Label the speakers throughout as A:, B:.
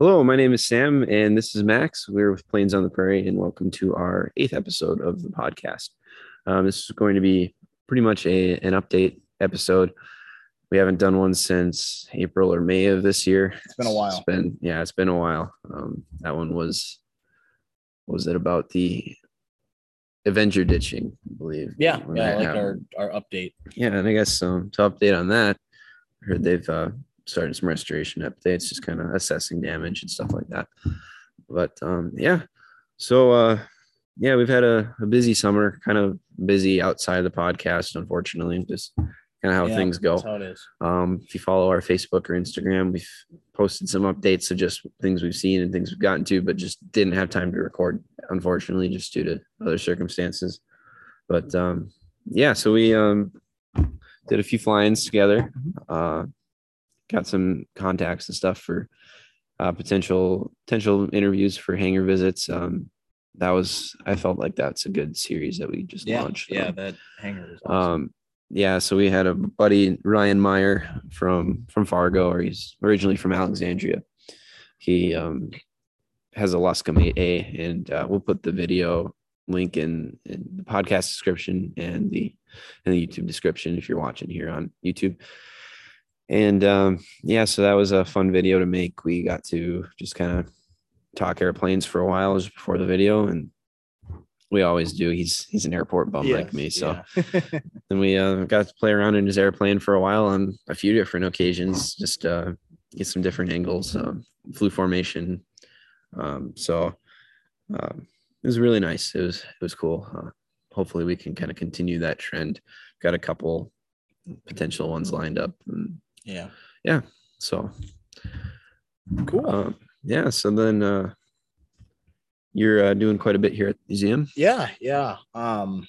A: Hello, my name is Sam, and this is Max. We're with Plains on the Prairie, and welcome to our eighth episode of the podcast. Um, this is going to be pretty much a an update episode. We haven't done one since April or May of this year.
B: It's been a while.
A: It's been yeah, it's been a while. Um, that one was was it about the Avenger ditching, I believe.
B: Yeah,
A: when
B: yeah,
A: that
B: like
A: happened.
B: our, our update.
A: Yeah, and I guess um, to update on that, I heard they've uh, started some restoration updates, just kind of assessing damage and stuff like that. But um, yeah, so uh, yeah, we've had a, a busy summer, kind of busy outside the podcast, unfortunately, just kind of how
B: Yeah,
A: things go.
B: That's how it is.
A: Um, if you follow our Facebook or Instagram, we've posted some updates of just things we've seen and things we've gotten to, but just didn't have time to record, unfortunately, just due to other circumstances. But um, yeah, so we um, did a few fly-ins together, uh, got some contacts and stuff for uh, potential potential interviews for hangar visits. Um, that was I felt like that's a good series that we just
B: Yeah,
A: launched.
B: yeah,
A: Um,
B: that hanger was awesome.
A: um, yeah, so we had a buddy Ryan Meyer from from Fargo, or he's originally from Alexandria. He um, has a Luscomate A, and uh, we'll put the video link in, in the podcast description and the and the YouTube description if you're watching here on YouTube. And um, yeah, so that was a fun video to make. We got to just kind of talk airplanes for a while just before the video, and we always do. He's he's an airport bum like
B: Yes,
A: me, so.
B: yeah.
A: Then we uh, got to play around in his airplane for a while on a few different occasions, just uh, get some different angles, um, flew formation. Um, so um, it was really nice. It was it was cool. Uh, hopefully, we can kind of continue that trend. Got a couple potential ones lined up. And
B: yeah,
A: so
B: cool.
A: um, yeah. So then uh, you're uh, doing quite a bit here at the museum.
B: yeah, yeah. Um,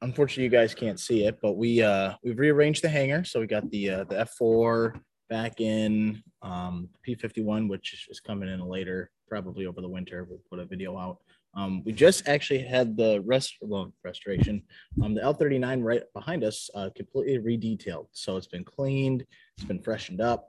B: unfortunately, you guys can't see it, but we uh we've rearranged the hanger, so we got the uh, the F four back in um P fifty one, which is coming in later, probably over the winter. We'll put a video out. Um, we just actually had the rest well restoration. Um, the L thirty nine right behind us, uh, completely redetailed, so it's been cleaned, it's been freshened up.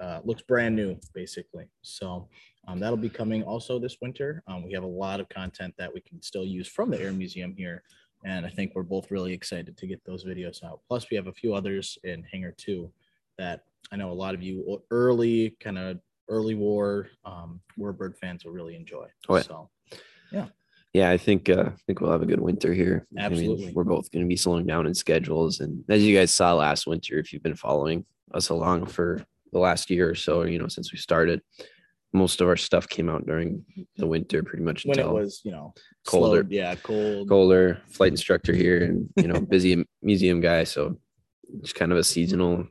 B: Uh, looks brand new, basically. So um, that'll be coming also this winter. Um, we have a lot of content that we can still use from the Air Museum here. And I think we're both really excited to get those videos out. Plus, we have a few others in Hangar 2 that I know a lot of you early, kind of early war, um, warbird fans will really enjoy.
A: Oh, yeah.
B: So,
A: Yeah, I think uh, I think we'll have a good winter here. I mean,
B: Absolutely.
A: we're both going to be slowing down in schedules, and as you guys saw last winter, if you've been following us along for the last year or so, you know, since we started, most of our stuff came out during the winter, pretty much
B: when it
A: until
B: was, you know,
A: Colder.
B: slowed- yeah, cold.
A: Kohler, flight instructor here, and you know, busy museum guy, so it's kind of a seasonal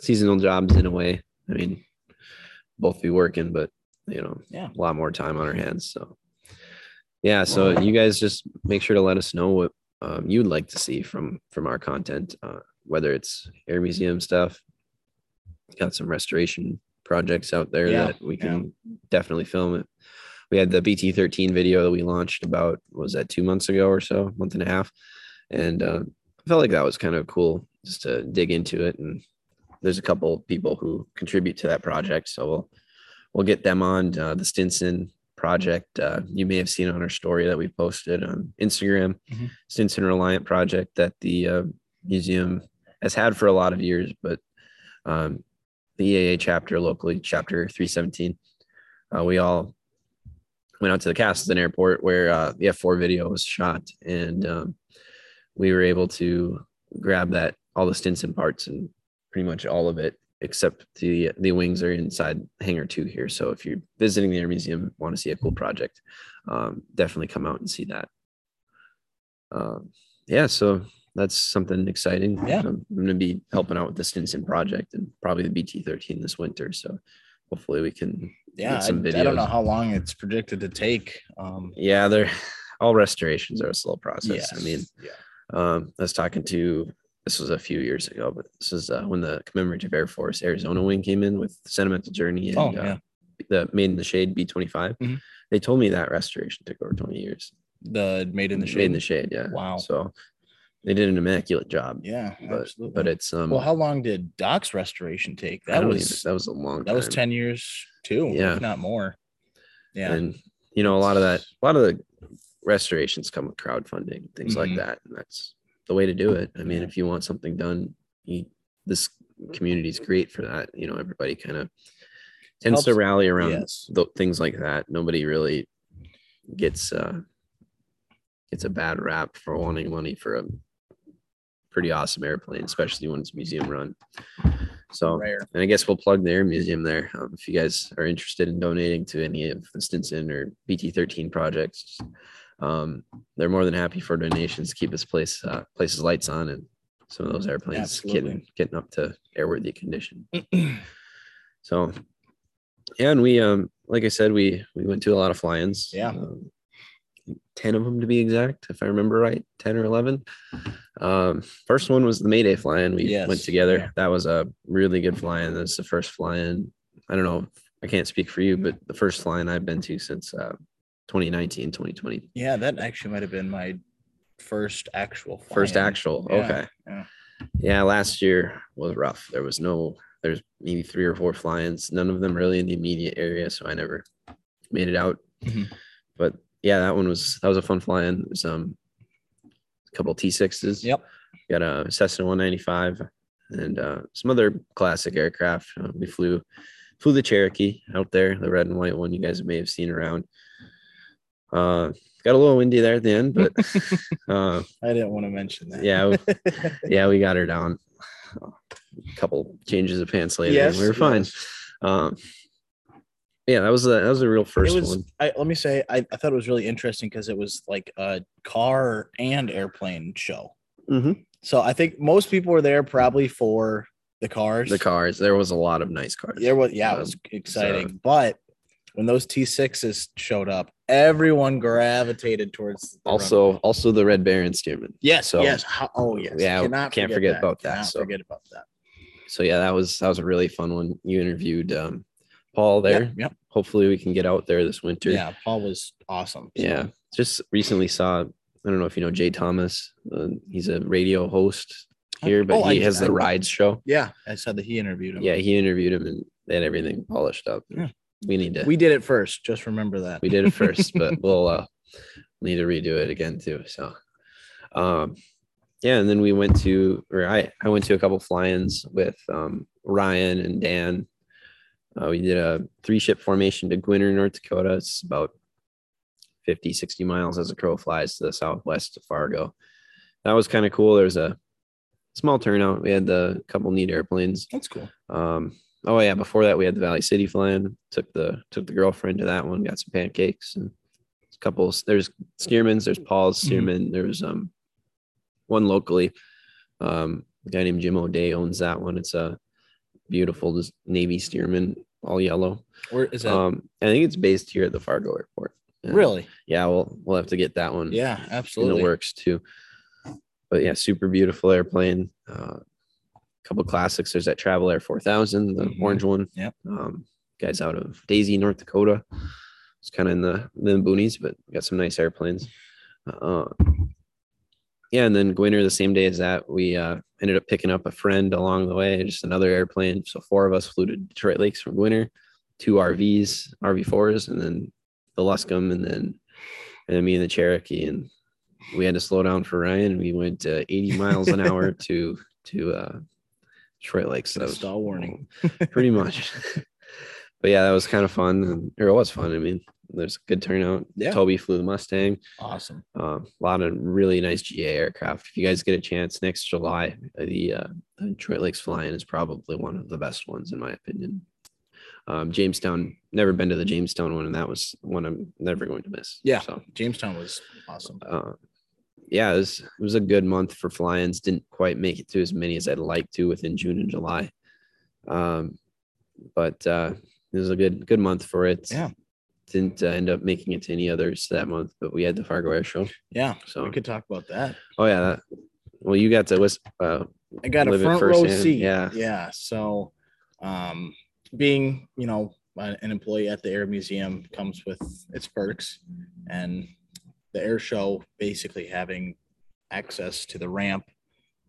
A: seasonal jobs in a way. I mean, both be working, but you know,
B: Yeah.
A: a lot more time on our hands. So, yeah. So you guys just make sure to let us know what um, you'd like to see from from our content, uh, whether it's air museum stuff. Got some restoration projects out there
B: Yeah,
A: that we can definitely film it. We had the BT13 video that we launched about what was that two months ago or so, month and a half, and uh, I felt like that was kind of cool just to dig into it. And there's a couple people who contribute to that project, so we'll we'll get them on uh, the Stinson project. Uh, you may have seen on our story that we posted on Instagram,
B: Mhm.
A: Stinson Reliant project that the uh, museum has had for a lot of years, but um, the EAA chapter locally, chapter 317, uh, we all went out to the Castleton Airport where uh, the F4 video was shot, and um, we were able to grab that all the Stinson parts and pretty much all of it except the the wings are inside hangar two here. So if you're visiting the air museum, want to see a cool project, um, definitely come out and see that. Um, yeah, so that's something exciting.
B: Yeah.
A: I'm, going to be helping out with the Stinson project and probably the BT13 this winter. So hopefully we can.
B: Yeah,
A: Get some
B: I, I don't know
A: videos.
B: how long it's predicted to take. Um,
A: Yeah, they're all restorations are a slow process. I
B: yes,
A: mean,
B: yeah.
A: um, I was talking to this was a few years ago, but this is uh, when the commemorative Air Force Arizona wing came in with Sentimental Journey and
B: Oh,
A: uh,
B: yeah.
A: the Made in the Shade B twenty five.
B: Mhm.
A: They told me that restoration took over twenty years.
B: The Made in the Shade.
A: Made in the Shade, yeah.
B: Wow.
A: So They did an immaculate job,
B: Yeah,
A: but
B: absolutely.
A: but it's um.
B: well, how long did Doc's restoration take?
A: I
B: That
A: don't
B: was
A: even- that was a long.
B: that was
A: time.
B: ten years too,
A: Yeah.
B: if not more. Yeah,
A: and you know a lot of that a lot of the restorations come with crowdfunding things
B: Mhm.
A: like that and that's the way to do it i mean
B: Yeah.
A: if you want something done you, this community is great for that you know everybody kind of tends to
B: Helps-
A: rally around
B: yes.
A: tho- things like that nobody really gets uh gets a bad rap for wanting money for a pretty awesome airplane especially when it's museum run so
B: rare.
A: and I guess we'll plug the air museum there. Um, if you guys are interested in donating to any of the Stinson or BT13 projects, um, they're more than happy for donations to keep this place uh, places lights on and some of those airplanes getting
B: Mm-hmm. Absolutely.
A: getting up to airworthy condition. So, yeah, and we um like I said, we we went to a lot of fly-ins.
B: Yeah.
A: Um, ten of them to be exact, if I remember right, ten or eleven. Um, first one was the Mayday fly-in. We
B: Yes,
A: went together.
B: yeah.
A: That was a really good fly-in. That's the first fly-in. I don't know. I can't speak for you, but the first fly-in I've been to since uh, 2019, 2020.
B: yeah, that actually might have been my first actual
A: First
B: fly-in.
A: actual.
B: Yeah,
A: okay.
B: yeah.
A: Yeah, last year was rough. There was no there's maybe three or four fly-ins, none of them really in the immediate area, so I never made it out.
B: Mhm.
A: But yeah, that one was that was a fun fly-in. It was um a couple T sixes.
B: Yep.
A: Got a Cessna 195 and uh, some other classic aircraft. Uh, we flew flew the Cherokee out there, the red and white one you guys may have seen around. Uh, got a little windy there at the end, but uh,
B: I didn't want to mention that.
A: yeah, yeah, we got her down. A couple changes of pants later, and
B: Yes,
A: we were fine. Um, yeah, that was a, that was a real first
B: it was,
A: one.
B: I, let me say, I, I thought it was really interesting because it was like a car and airplane show.
A: Mhm.
B: So I think most people were there probably for the cars.
A: The cars, there was a lot of nice cars.
B: There was, yeah,
A: Um,
B: it was exciting. but when those T6s showed up, everyone gravitated towards. the runway.
A: also, also the Red Baron steerman.
B: yes,
A: so-
B: yes. How, oh, yes.
A: Yeah, can't forget about that,
B: Cannot
A: so.
B: forget about that.
A: So yeah, that was that was a really fun one. You interviewed um, Paul there.
B: Yep. yep.
A: Hopefully, we can get out there this winter.
B: Yeah, Paul was awesome. so.
A: yeah. Just recently saw. I don't know if you know Jay Thomas. Uh, he's a radio host here, but
B: Oh,
A: he
B: I-
A: has
B: I-
A: the rides show.
B: Yeah, I said that he interviewed him.
A: Yeah, he interviewed him and they had everything polished up.
B: Yeah.
A: We need to
B: we did it first. Just remember that.
A: we did it first, but we'll uh, need to redo it again too. So, um, yeah, and then we went to or I I went to a couple fly-ins with um, Ryan and Dan. Uh, we did a three ship formation to Gwinner, North Dakota. It's about 50, 60 miles as a crow flies to the southwest of Fargo. That was kind of cool. There was a small turnout. We had the couple neat airplanes.
B: That's cool.
A: Um, oh yeah, before that we had the Valley City flying. Took the took the girlfriend to that one. Got some pancakes and a couple. There's Stearman's. There's Paul's
B: Mhm.
A: Stearman. There was um one locally. Um, a guy named Jim O'Day owns that one. It's a beautiful just Navy Stearman, all yellow.
B: Or is that
A: Um, I think it's based here at the Fargo Airport. And
B: really?
A: Yeah, we'll we'll have to get that one
B: Yeah,
A: in
B: absolutely.
A: the works too. But yeah, super beautiful airplane. Uh, couple classics. There's that Travel Air 4000, the
B: Mhm.
A: orange one.
B: Yep.
A: Um, guys out of Daisy, North Dakota. It's kind of in the the boonies, but got some nice airplanes. Uh, yeah, and then Gwinner the same day as that, we uh, ended up picking up a friend along the way, just another airplane. So four of us flew to Detroit Lakes from Gwinner, two RVs, RV fours, and then the Luscombe, and then and then me and the Cherokee, and we had to slow down for Ryan. We went uh, 80 miles an hour to to uh, Detroit Lakes.
B: Get a stall warning.
A: Mm. pretty much. but yeah, that was kind of fun, and, or it was fun. I mean, there's a good turnout.
B: Yeah.
A: Toby flew the Mustang.
B: Awesome.
A: Uh, a lot of really nice GA aircraft. If you guys get a chance next July, the uh, Detroit Lakes Flying is probably one of the best ones, in my opinion. Um, Jamestown, never been to the Jamestown one, and that was one I'm never going to miss.
B: Yeah.
A: So,
B: Jamestown was awesome.
A: uh, yeah, it was, it was a good month for fly ins. Didn't quite make it to as many as I'd like to within June and July. Um, but uh, it was a good good month for it.
B: Yeah.
A: Didn't uh, end up making it to any others that month, but we had the Fargo Air Show.
B: Yeah,
A: So
B: we could talk about that.
A: Oh yeah. that- well, you got to whisper. Uh,
B: I got a
A: Live it
B: front row
A: firsthand,
B: seat.
A: yeah.
B: yeah. So, um, being you know an an employee at the Air Museum comes with its perks, and the air show basically having access to the ramp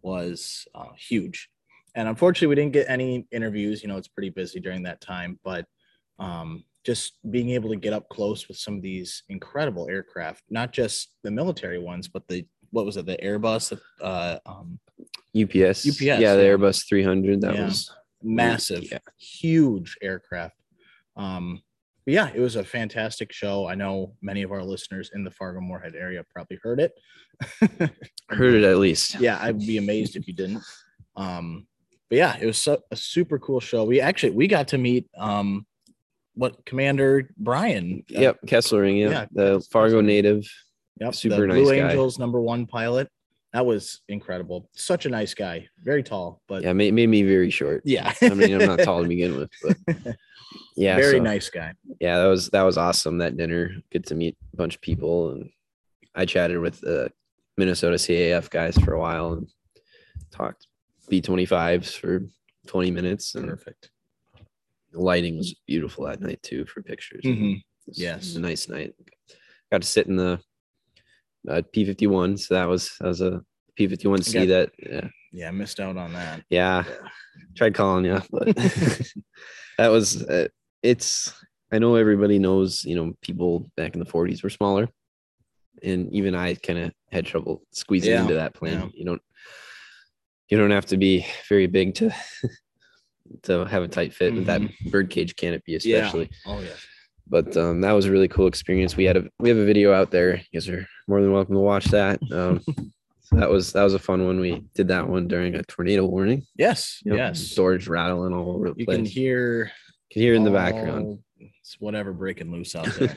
B: was uh, huge. And unfortunately, we didn't get any interviews. You know, it's pretty busy during that time, but um, just being able to get up close with some of these incredible aircraft, not just the military ones, but the what was it, the Airbus, the uh, um,
A: UPS.
B: UPS,
A: Yeah, the
B: yeah.
A: Airbus 300. That
B: Yeah.
A: was
B: massive,
A: Yeah.
B: huge aircraft. Um, but yeah, it was a fantastic show. I know many of our listeners in the Fargo Moorhead area probably heard it.
A: I heard it at least.
B: yeah, I'd be amazed if you didn't. Um, but yeah, it was su- a super cool show. We actually we got to meet um, what Commander Brian. uh,
A: Yep, Kesslering. Yeah,
B: yeah,
A: the Fargo native.
B: Yep.
A: Super
B: the
A: nice
B: Blue
A: guy.
B: Angels number one pilot. That was incredible. Such a nice guy. Very tall, but
A: Yeah, made, made me very short.
B: yeah.
A: I mean, I'm not tall to begin with, but yeah,
B: Very
A: so-
B: nice guy.
A: Yeah, that was that was awesome. That dinner, good to meet a bunch of people, and I chatted with the Minnesota CAF guys for a while and talked B25s for 20 minutes, and
B: Perfect.
A: the lighting was beautiful that night too for pictures.
B: Mhm.
A: It was
B: Yes.
A: a nice night. Got to sit in the uh, P51, so that was that was a P51C
B: Got-
A: that yeah,
B: Yeah, missed out on that.
A: yeah. Tried calling you, but that was uh, it's. I know everybody knows, you know, people back in the 40s were smaller, and even I kind of had trouble squeezing
B: Yeah,
A: into that plane.
B: yeah.
A: You don't, you don't have to be very big to to have a tight fit with that birdcage canopy,
B: Mm-hmm. Yeah.
A: especially
B: Oh yeah.
A: but um, that was a really cool experience. We had a we have a video out there. You guys are more than welcome to watch that. Um, so that was that was a fun one. We did that one during a tornado warning.
B: Yes.
A: You know,
B: Yes.
A: doors rattling all over the
B: You
A: place.
B: can hear
A: Could hear in the background.
B: all- It's whatever breaking loose out there.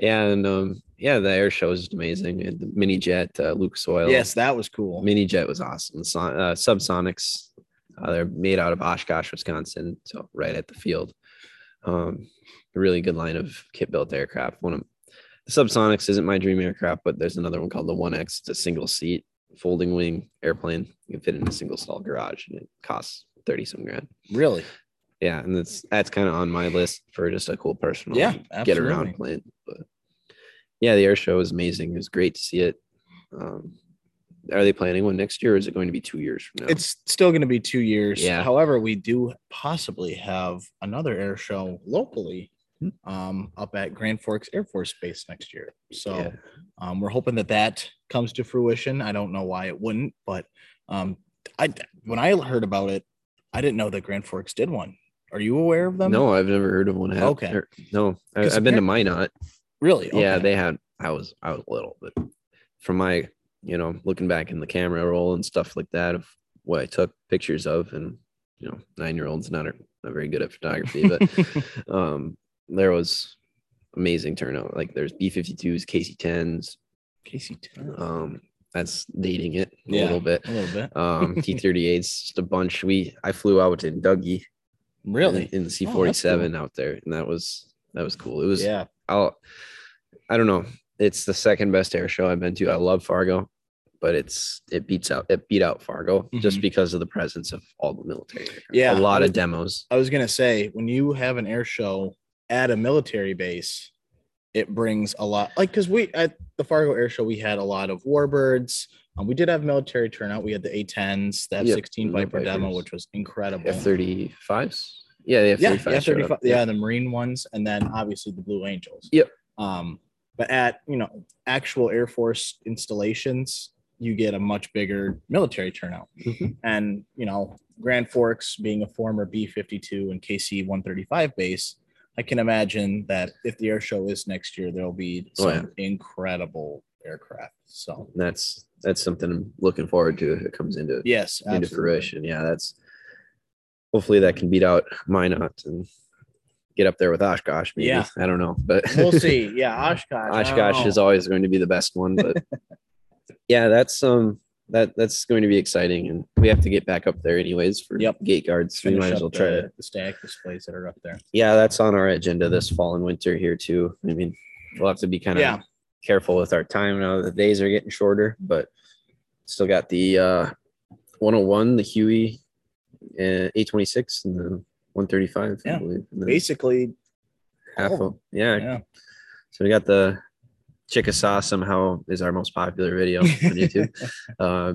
A: Yeah, and um, yeah, the air show was just amazing. We had the mini jet, uh, Lucas Oil.
B: yes, that was cool.
A: mini jet was awesome. The son- uh, subsonics, uh, they're made out of Oshkosh, Wisconsin, so right at the field. Um, a really good line of kit built aircraft. One of the subsonics isn't my dream aircraft, but there's another one called the One X. It's a single seat folding wing airplane. You can fit in a single stall garage, and it costs thirty some grand.
B: Really?
A: Yeah, and that's that's kind of on my list for just a cool personal
B: Yeah.
A: get
B: Absolutely.
A: around Flint. But yeah, the air show is amazing. It was great to see it. Um, are they planning one next year or is it going to be two years from now?
B: It's still going to be two years.
A: Yeah.
B: However, we do possibly have another air show locally
A: Hmm.
B: um, up at Grand Forks Air Force Base next year. So
A: Yeah.
B: um, we're hoping that that comes to fruition. I don't know why it wouldn't, but um, I when I heard about it, I didn't know that Grand Forks did one. Are you aware of them?
A: no, I've never heard of one. hap-
B: Okay.
A: or- no, I,
B: 'Cause
A: I've been to Minot.
B: Really?
A: Yeah,
B: Okay.
A: they had. I was I was little, but from my you know looking back in the camera roll and stuff like that of what I took pictures of, and you know nine year olds not are not very good at photography, but um, there was amazing turnout. Like there's B52s, KC10s,
B: Casey Turner.
A: um that's dating it a
B: Yeah.
A: little bit
B: A little bit.
A: um t38s just a bunch we i flew out in dougie
B: Really? Oh,
A: in, in the c47 out there and that was that was cool it was
B: yeah.
A: I'll- i don't know it's the second best air show i've been to i love fargo but it's it beats out it beat out fargo just
B: Mhm.
A: because of the presence of all the military aircraft.
B: Yeah,
A: a lot
B: I
A: of
B: was-
A: demos
B: I was gonna say when you have an air show at a military base, it brings a lot. Like because we at the Fargo Air Show, we had a lot of warbirds. Um, we did have military turnout. We had the A10s, the
A: Yep,
B: F16
A: and the
B: Viper demo,
A: Vipers.
B: which was incredible.
A: f35s yeah the
B: yeah,
A: f35
B: yeah,
A: showed
B: 35,
A: up.
B: yeah, the Marine ones, and then obviously the Blue Angels.
A: Yep.
B: Um, but at you know actual Air Force installations, you get a much bigger military turnout.
A: Mhm.
B: and you know grand forks being a former b-52 and kc-135 base i can imagine that if the air show is next year there'll be some
A: Oh, yeah.
B: incredible aircraft so
A: that's that's something i'm looking forward to if it comes into
B: yes
A: into
B: absolutely.
A: fruition. Yeah, that's hopefully that can beat out Minot and get up there with Oshkosh. Maybe.
B: Yeah.
A: I don't know, but
B: we'll see Oh. yeah oshkosh I don't
A: Oshkosh is
B: know.
A: always going to be the best one, but yeah, that's um that that's going to be exciting, and we have to get back up there anyways for
B: Yep.
A: gate guards. We
B: Finish
A: might as
B: up
A: well try Mm-hmm.
B: the,
A: to.
B: the stack displays that are up there
A: Yeah, that's on our agenda this fall and winter here too. I mean, we'll have to be kind of
B: yeah
A: careful with our time now. that The days are getting shorter, but still got the uh, 101, the Huey, uh, 826, and the 135. I
B: Yeah.
A: believe. and the
B: basically
A: half
B: all of
A: of- yeah.
B: yeah.
A: So we got the Chickasaw somehow is our most popular video on YouTube. uh,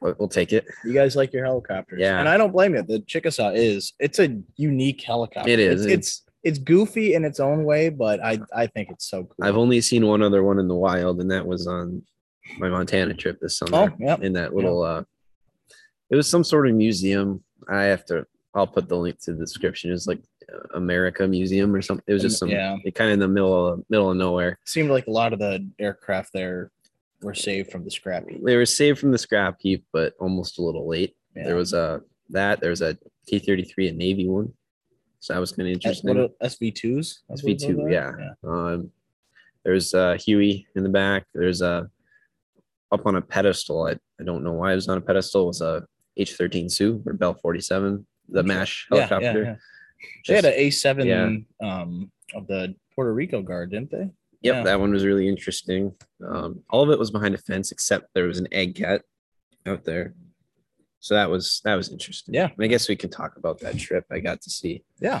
A: but we'll take it.
B: You guys like your helicopters.
A: Yeah.
B: And I don't blame you. The Chickasaw is it's a unique helicopter.
A: It is.
B: It's it's, it's goofy in its own way, but I I think it's so cool.
A: I've only seen one other one in the wild, and that was on my Montana trip this
B: oh
A: summer.
B: yeah.
A: In that little, uh, it was some sort of museum. I have to. I'll put the link to the description. It was like uh, America Museum or something. It was just some.
B: Yeah.
A: It kind of in the middle of middle of nowhere.
B: Seemed like a lot of the aircraft there were saved from the scrap heap.
A: They were saved from the scrap heap, but almost a little late.
B: Yeah.
A: There was a that. There was a T thirty three, a Navy one. So that was kind of
B: S-
A: interesting.
B: what are- SV2s? I believe
A: SV2,
B: those are?
A: yeah. Um, there's uh, Huey in the back. There's uh, up on a pedestal. I, I don't know why it was on a pedestal. It was a H thirteen Sioux or Bell forty seven, the MASH
B: Yeah, yeah,
A: helicopter.
B: yeah. They
A: Just-
B: had an A seven um, of the Puerto Rico Guard, didn't they?
A: yep,
B: yeah.
A: that one was really interesting. Um, all of it was behind a fence except there was an egg cat out there. So that was that was interesting.
B: Yeah.
A: And I guess we can talk about that trip. I got to see
B: Yeah,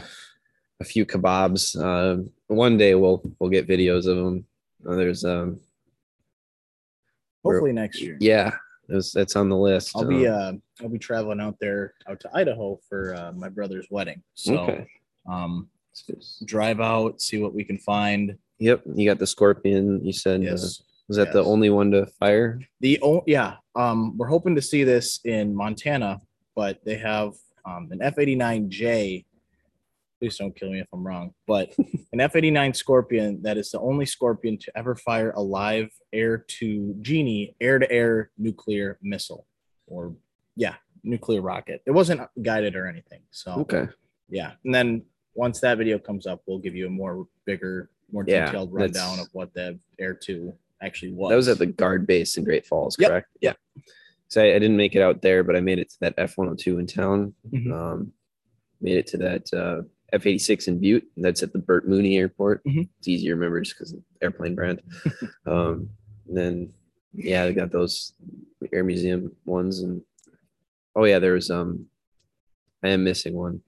A: a few kebabs. Um, one day we'll we'll get videos of them. Uh, there's um, We're-
B: hopefully next year.
A: Yeah, that's that's on the list.
B: I'll be
A: Um,
B: uh, I'll be traveling out there out to Idaho for uh, my brother's wedding. So
A: okay.
B: um, drive out, see what we can find.
A: Yep, you got the scorpion. You said uh,
B: Yes,
A: was that the
B: yes.
A: only one to fire?
B: the oh yeah, um, we're hoping to see this in Montana, but they have um, an F eighty nine J. Please don't kill me if I'm wrong, but an F eighty nine Scorpion that is the only Scorpion to ever fire a live air to genie air to air nuclear missile, or yeah, nuclear rocket. It wasn't guided or anything, so.
A: Okay.
B: yeah and then once that video comes up we'll give you a more bigger more
A: Yeah,
B: detailed
A: that's-
B: rundown of what the air 2 actually was
A: That was at the guard base in Great Falls,
B: Yep,
A: correct?
B: yep.
A: So I, I didn't make it out there, but I made it to that F one hundred two in town.
B: Mhm.
A: Um, made it to that uh, F eighty six in Butte. That's at the Burt Mooney Airport.
B: Mhm.
A: It's easy to remember just because airplane brand. um, and then yeah, they got those air museum ones, and oh yeah, there was um, I am missing one.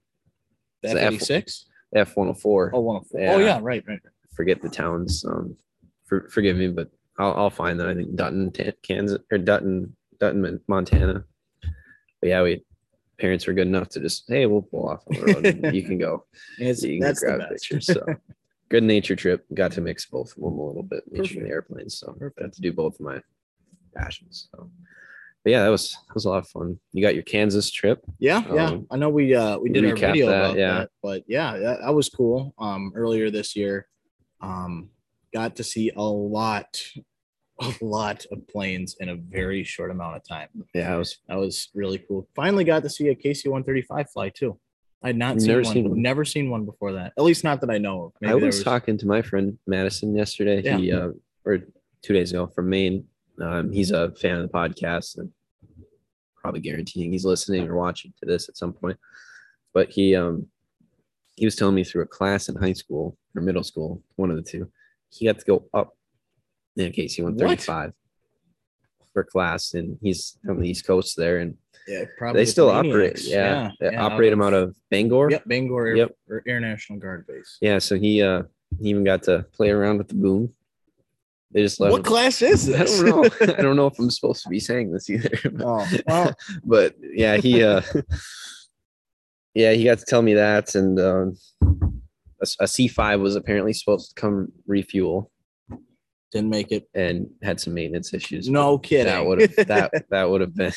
B: the
A: it's the F-
B: f86
A: F one hundred four.
B: oh one of four.
A: Yeah.
B: oh yeah right right right.
A: forget the towns. Um, for, forgive me, but I'll, I'll find that. I think Dutton, Ta- Kansas, or Dutton, Dutton, Mon- Montana. But yeah, we parents were good enough to just hey, we'll pull off on the road. and you can go.
B: And it's-
A: So you can
B: that's the
A: grab
B: best
A: pictures. So good nature trip. Got to mix both of them a little bit nature and
B: Perfect.
A: the airplanes. So got
B: Perfect.
A: to do both of my passions. So. But yeah, that was that was a lot of fun. You got your Kansas trip.
B: yeah yeah
A: Um,
B: i know we uh we did our
A: recap
B: video
A: that,
B: about
A: yeah.
B: that but yeah that, that was cool um earlier this year um got to see a lot a lot of planes in a very short amount of time
A: Yeah, I was
B: That was really cool. Finally got to see a KC 135 fly too. I had not
A: You've
B: seen
A: never
B: one,
A: seen one.
B: Never seen one before that. At least not that I know of.
A: I
B: there
A: was, talking to my friend Madison yesterday. He uh, or two days ago from Maine. Um, he's a fan of the podcast and probably guaranteeing he's listening or watching to this at some point. But he um he was telling me through a class in high school or middle school, one of the two, he got to go up in a KC one thirty five for class, and he's on the East Coast there, and
B: Yeah, probably
A: they
B: the
A: still operate.
B: Maniacs.
A: Yeah, they operate him out of Bangor.
B: Yep, Bangor Air,
A: Yep.
B: or Air National Guard Base.
A: Yeah, so he uh he even got to play around with the boom. They just let
B: What
A: him.
B: class is
A: I
B: this?
A: don't know. I don't know if I'm supposed to be saying this either. But,
B: oh, well,
A: but yeah, he uh yeah, he got to tell me that and um a, a C5 was apparently supposed to come refuel
B: didn't make it.
A: and had some maintenance issues.
B: No kidding.
A: That would have that that would have been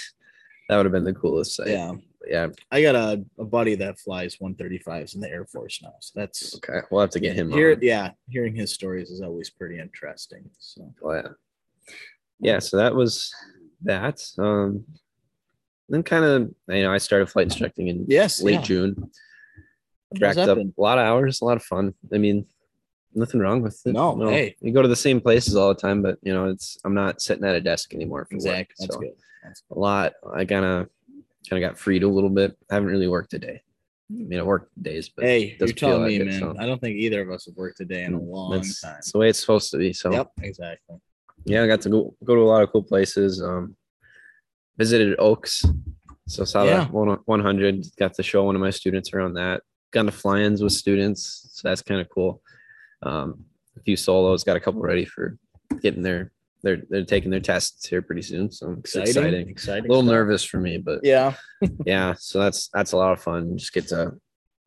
A: that would have been the coolest sight.
B: yeah,
A: Yeah.
B: I got a, a buddy that flies 135s in the Air Force now. So that's
A: Okay. We'll have to get him
B: here.
A: on.
B: Yeah, hearing his stories is always pretty interesting. So
A: Oh, yeah. Yeah, so that was that. Um then kind of you know, I started flight instructing in
B: yes,
A: late
B: yeah.
A: June.
B: How's
A: Racked
B: that
A: up
B: been?
A: a lot of hours, a lot of fun. I mean, nothing wrong with it.
B: No, hey.
A: You go to the same places all the time, but you know, it's I'm not sitting at a desk anymore for
B: Exactly.
A: work.
B: That's
A: so
B: good. That's
A: a lot. I kinda kinda got freed a little bit. I haven't really worked a day. I mean, I worked days, but
B: Hey, you're
A: doesn't feel
B: telling
A: like
B: me,
A: it,
B: man.
A: so- Mm,
B: I don't think either of us have worked a day in a long
A: that's,
B: time.
A: that's the way it's supposed to be. So
B: Yep, exactly.
A: yeah, I got to go go to a lot of cool places. Um, visited Oaks, so saw
B: Yeah.
A: that one one hundred. Got to show one of my students around that. Gone to fly-ins with students, so that's kind of cool. Um, a few solos, got a couple ready for getting their they're they're taking their tests here pretty soon. So it's exciting.
B: Exciting.
A: A little
B: stuff.
A: nervous for me, but
B: Yeah.
A: yeah, so that's that's a lot of fun. Just get to,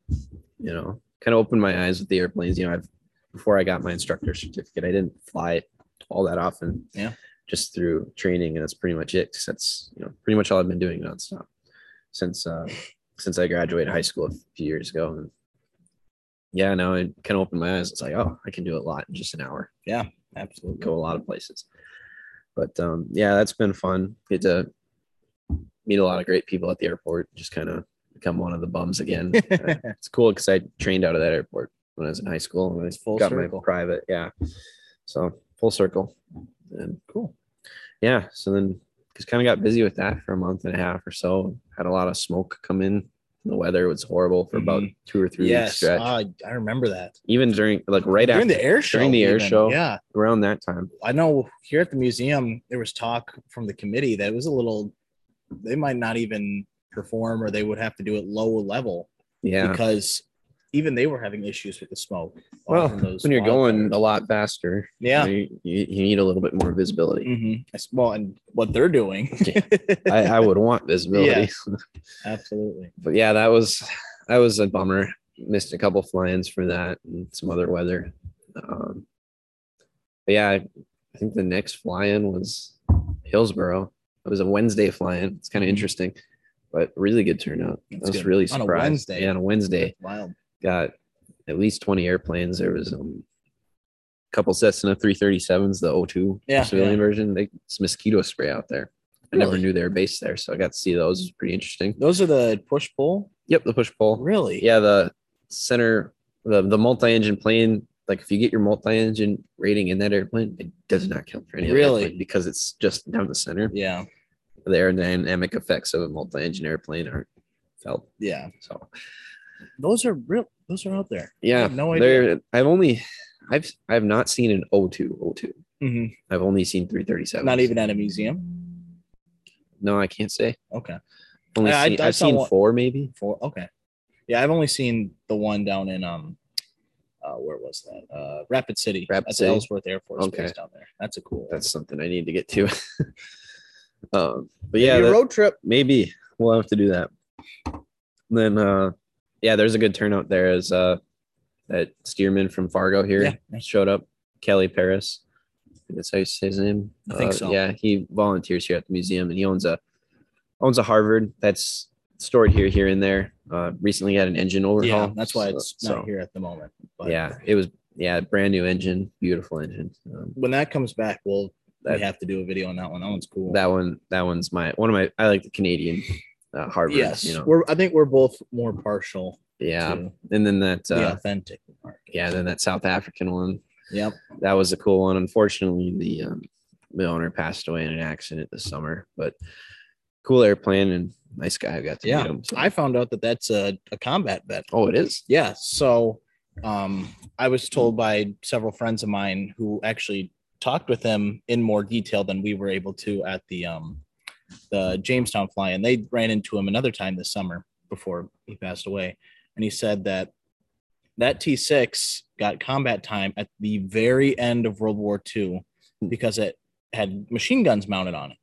A: you know, kind of open my eyes with the airplanes. You know, I've before I got my instructor certificate, I didn't fly all that often.
B: Yeah.
A: Just through training, and that's pretty much it. 'cause that's you know pretty much all I've been doing nonstop since uh since I graduated high school a few years ago. And yeah, now it kind of opened my eyes. It's like, oh, I can do a lot in just an hour
B: Absolutely.
A: go a lot of places. But um, yeah, that's been fun. Get to meet a lot of great people at the airport. Just kind of become one of the bums again. Uh, it's cool because I trained out of that airport when I was in high school. And I
B: full
A: got
B: circle.
A: my private, yeah. So full circle, and
B: Cool.
A: yeah. So then, just kind of got busy with that for a month and a half or so. Had a lot of smoke come in. The weather was horrible for about two or three weeks
B: Mm-hmm. Yes.
A: stretch.
B: Uh, I remember that.
A: Even during like right
B: during
A: after
B: the air show.
A: during the air
B: even.
A: show.
B: Yeah.
A: around that time.
B: I know here at the museum, there was talk from the committee that it was a little, they might not even perform or they would have to do it lower level
A: Yeah.
B: because even they were having issues with the smoke. uh,
A: Well,
B: from those
A: when you're going
B: wildfires.
A: a lot faster,
B: Yeah.
A: you, you, you need a little bit more visibility.
B: Mhm. That's- Well, and what they're doing.
A: Yeah.
B: Mm.
A: I, I would want visibility,
B: Absolutely.
A: but yeah, that was that was a bummer. Missed a couple fly-ins for that and some other weather. Um, but yeah, I, I think the next fly-in was Hillsboro. It was a Wednesday fly-in. It's kind of interesting, but really good turnout.
B: Mm-hmm.
A: I
B: That's
A: was
B: good.
A: really
B: On a
A: surprised.
B: Wednesday.
A: Yeah, on a Wednesday.
B: Wild.
A: got at least 20 airplanes. There was um, a couple Cessna 337s, the O2
B: Yeah,
A: civilian
B: yeah.
A: version. They it's mosquito spray out there. I never
B: Really?
A: knew they were based there, so I got to see those. It was pretty interesting.
B: Those are the push pull.
A: Yep, the push pole.
B: Really?
A: Yeah, the center, the, the multi engine plane. Like if you get your multi engine rating in that airplane, it does not count for any other
B: Really?
A: airplane because it's just down the center.
B: Yeah.
A: The aerodynamic effects of a multi engine airplane aren't felt.
B: Yeah.
A: So
B: Those are real. Those are out there. I
A: yeah,
B: had no idea.
A: There, I've only, I've, I've not seen an O2, O2.
B: Mhm.
A: I've only seen 337.
B: Not even at a museum.
A: No, I can't say.
B: Okay.
A: Only
B: I- I-
A: seen,
B: I
A: I've
B: saw
A: seen
B: one-
A: four, maybe.
B: Four. Okay. Yeah, I've only seen the one down in um, uh, where was that? Uh, Rapid City.
A: Rapid
B: That's
A: City.
B: Ellsworth Air Force
A: Okay.
B: Base down there. That's a cool.
A: That's something I need to get to. um, but
B: yeah.
A: yeah, that-
B: road trip.
A: maybe we'll have to do that. Then, uh, yeah, there's a good turnout there. As uh, that steerman from Fargo here
B: Yeah, yeah.
A: showed up, Kelly Paris. I think That's how you say his name.
B: I think
A: Uh,
B: so.
A: Yeah, he volunteers here at the museum, and he owns a owns a Harvard that's stored here, here and there. Uh, recently had an engine overhaul.
B: Yeah, that's why
A: so-
B: it's
A: so-
B: not here at the moment. But
A: yeah, it was yeah, brand new engine, beautiful engine. Um,
B: When that comes back, we'll
A: That-
B: we have to do a video on that one. That one's cool.
A: that one, that one's my one of my. I like the Canadian uh, Harvard.
B: yes,
A: you know,
B: we're. I think we're both more partial
A: yeah,
B: to
A: and then that. Uh,
B: the
A: yeah.
B: authentic market.
A: then that South African one.
B: Yep.
A: That was a cool one. Unfortunately, the um, the owner passed away in an accident this summer, but cool airplane and nice guy. I got to
B: Yeah,
A: meet him. so-
B: I found out that that's a, a combat vet.
A: oh, it is.
B: Yeah. So um, I was told by several friends of mine who actually talked with him in more detail than we were able to at the um, the Jamestown fly, and they ran into him another time this summer before he passed away, and he said that that T six got combat time at the very end of World War II because it had machine guns mounted on it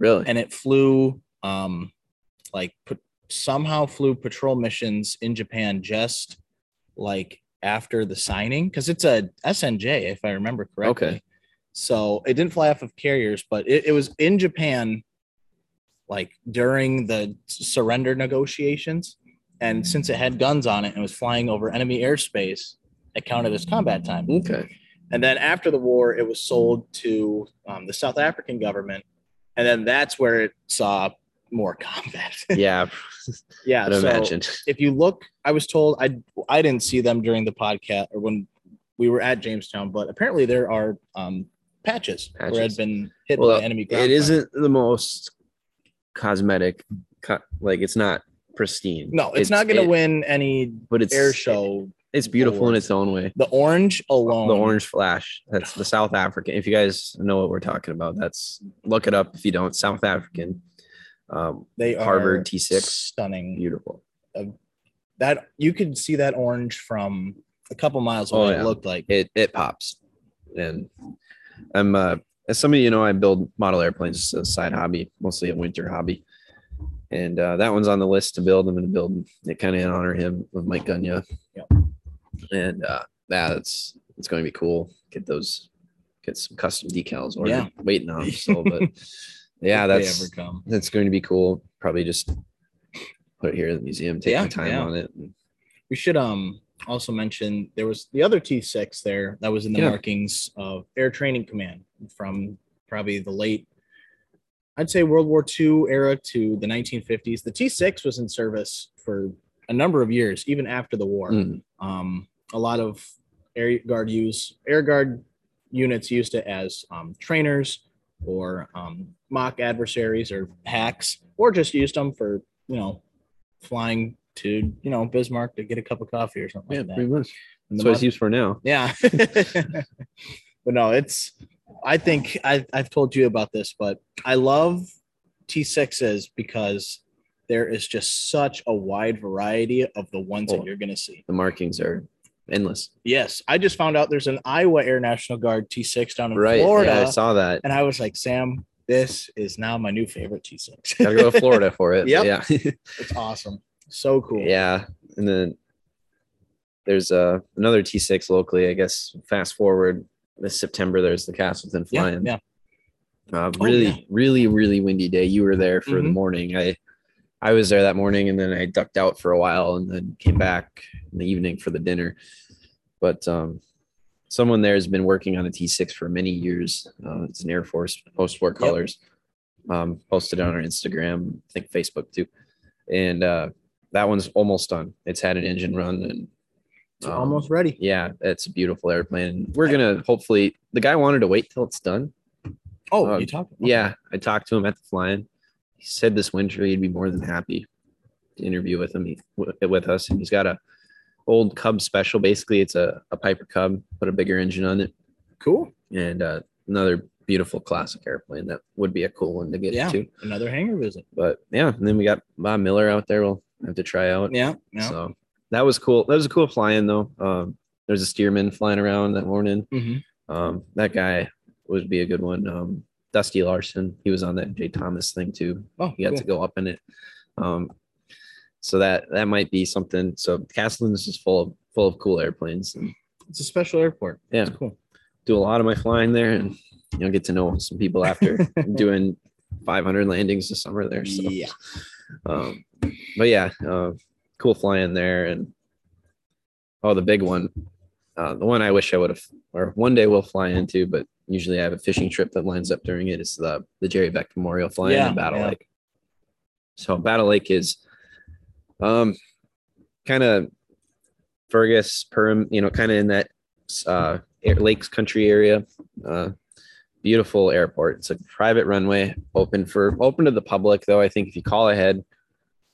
A: Really?
B: and it flew um like put, somehow flew patrol missions in Japan just like after the signing because it's a SNJ if I remember correctly.
A: Okay.
B: So it didn't fly off of carriers, but it, it was in Japan like during the surrender negotiations. And since it had guns on it and was flying over enemy airspace, it counted as combat time.
A: okay.
B: And then after the war, it was sold to um, the South African government. And then that's where it saw more combat.
A: Yeah,
B: yeah.
A: I'd
B: so
A: imagine.
B: if you look, I was told I I didn't see them during the podcast or when we were at Jamestown, but apparently there are um, patches, where it
A: Patches.
B: had been hit
A: Well,
B: by enemy ground.
A: It
B: fire.
A: isn't the most cosmetic, co- like it's not pristine.
B: No, it's, not going
A: it-
B: to win any
A: but it's
B: air show.
A: It's beautiful in
B: awards. Um,
A: its own way.
B: The orange alone.
A: The orange flash. That's the South African. If you guys know what we're talking about, that's look it up. If you don't, South African, um,
B: They are
A: Harvard T6,
B: stunning.
A: beautiful.
B: That you could see that orange from a couple miles
A: Oh,
B: away.
A: yeah.
B: It looked like.
A: It it pops, and I'm uh, as some of you know, I build model airplanes. It's a side hobby, mostly a winter hobby. And uh, that one's on the list to build. I'm going to build it kind of in honor of him with Mike Gunya.
B: Yep.
A: And uh, that's it's going to be cool. Get those, get some custom decals. Or
B: Yeah.
A: waiting on 'em still, but yeah,
B: If they
A: that's
B: ever come.
A: that's going to be cool. Probably just put it here at the museum, take
B: Yeah,
A: my time
B: yeah.
A: on it.
B: We should um also mention there was the other T6 there that was in the
A: Yeah.
B: markings of Air Training Command from probably the late, I'd say World War II era to the 1950s. The T6 was in service for a number of years, even after the war.
A: Mm,
B: Um, a lot of air guard use air guard units used it as um, trainers or um, mock adversaries or hacks, or just used them for you know flying to you know Bismarck to get a cup of coffee or something
A: yeah,
B: like that.
A: pretty much.
B: And
A: That's
B: the
A: what
B: mod-
A: it's used for now.
B: yeah. but no, it's I think I I've told you about this, but I love T6s because there is just such a wide variety of the ones
A: Oh.
B: that you're gonna see.
A: The markings are endless.
B: Yes, I just found out there's an Iowa Air National Guard T6 down in
A: Right.
B: Florida,
A: Yeah, I saw that.
B: and I was like, Sam, this is now my new favorite T6.
A: Gotta go to Florida for it. but
B: Yep.
A: Yeah.
B: it's awesome, so cool.
A: Yeah, and then there's uh, another T6 locally. I guess fast forward this September, there's the Castleton
B: yeah,
A: flying.
B: yeah.
A: Uh,
B: Oh,
A: really,
B: yeah.
A: really, really windy day. You were there for the
B: Mhm.
A: morning. I I was there that morning, and then I ducked out for a while, and then came back in the evening for the dinner. But um, someone there has been working on a T6 for many years. Uh, it's an Air Force post war colors. Um, posted on our Instagram, I think Facebook too, and uh, that one's almost done. It's had an engine run and
B: It's
A: um,
B: almost ready.
A: Yeah, it's a beautiful airplane. We're gonna hopefully. The guy wanted to wait till it's done.
B: Oh,
A: um,
B: you talking?
A: Yeah, I talked to him at the flying. He said this winter he'd be more than happy to interview with him he, wi- with us, and he's got a old Cub special. Basically, it's a, a Piper Cub, put a bigger engine on it,
B: cool.
A: and uh, another beautiful classic airplane that would be a cool one to get
B: Yeah.
A: to.
B: Another hangar visit.
A: But yeah, and then we got Bob Miller out there. We'll have to try out.
B: Yeah, yeah.
A: So that was cool. That was a cool flying though. Um, there's a steerman flying around that morning.
B: Mhm.
A: Um, that guy would be a good one. Um, Dusty Larson, he was on that Jay Thomas thing too.
B: Oh,
A: He got
B: cool.
A: to go up in it. Um, so that that might be something. So Castleton's is full of full of cool airplanes. And
B: It's a special airport.
A: Yeah.
B: It's cool.
A: do a lot of my flying there, and you know get to know some people after doing 500 landings this summer there. So
B: Yeah.
A: um, but yeah, uh, cool flying there, and oh, the big one, uh, the one I wish I would have, or one day we'll fly into, but usually I have a fishing trip that lines up during it. It's the the Jerry Beck Memorial flying
B: Yeah,
A: in Battle
B: yeah.
A: Lake. So Battle Lake is, um, kind of Fergus Perm, you know, kind of in that uh, air, lakes country area. Uh, beautiful airport. It's a private runway, open for open to the public though. I think if you call ahead,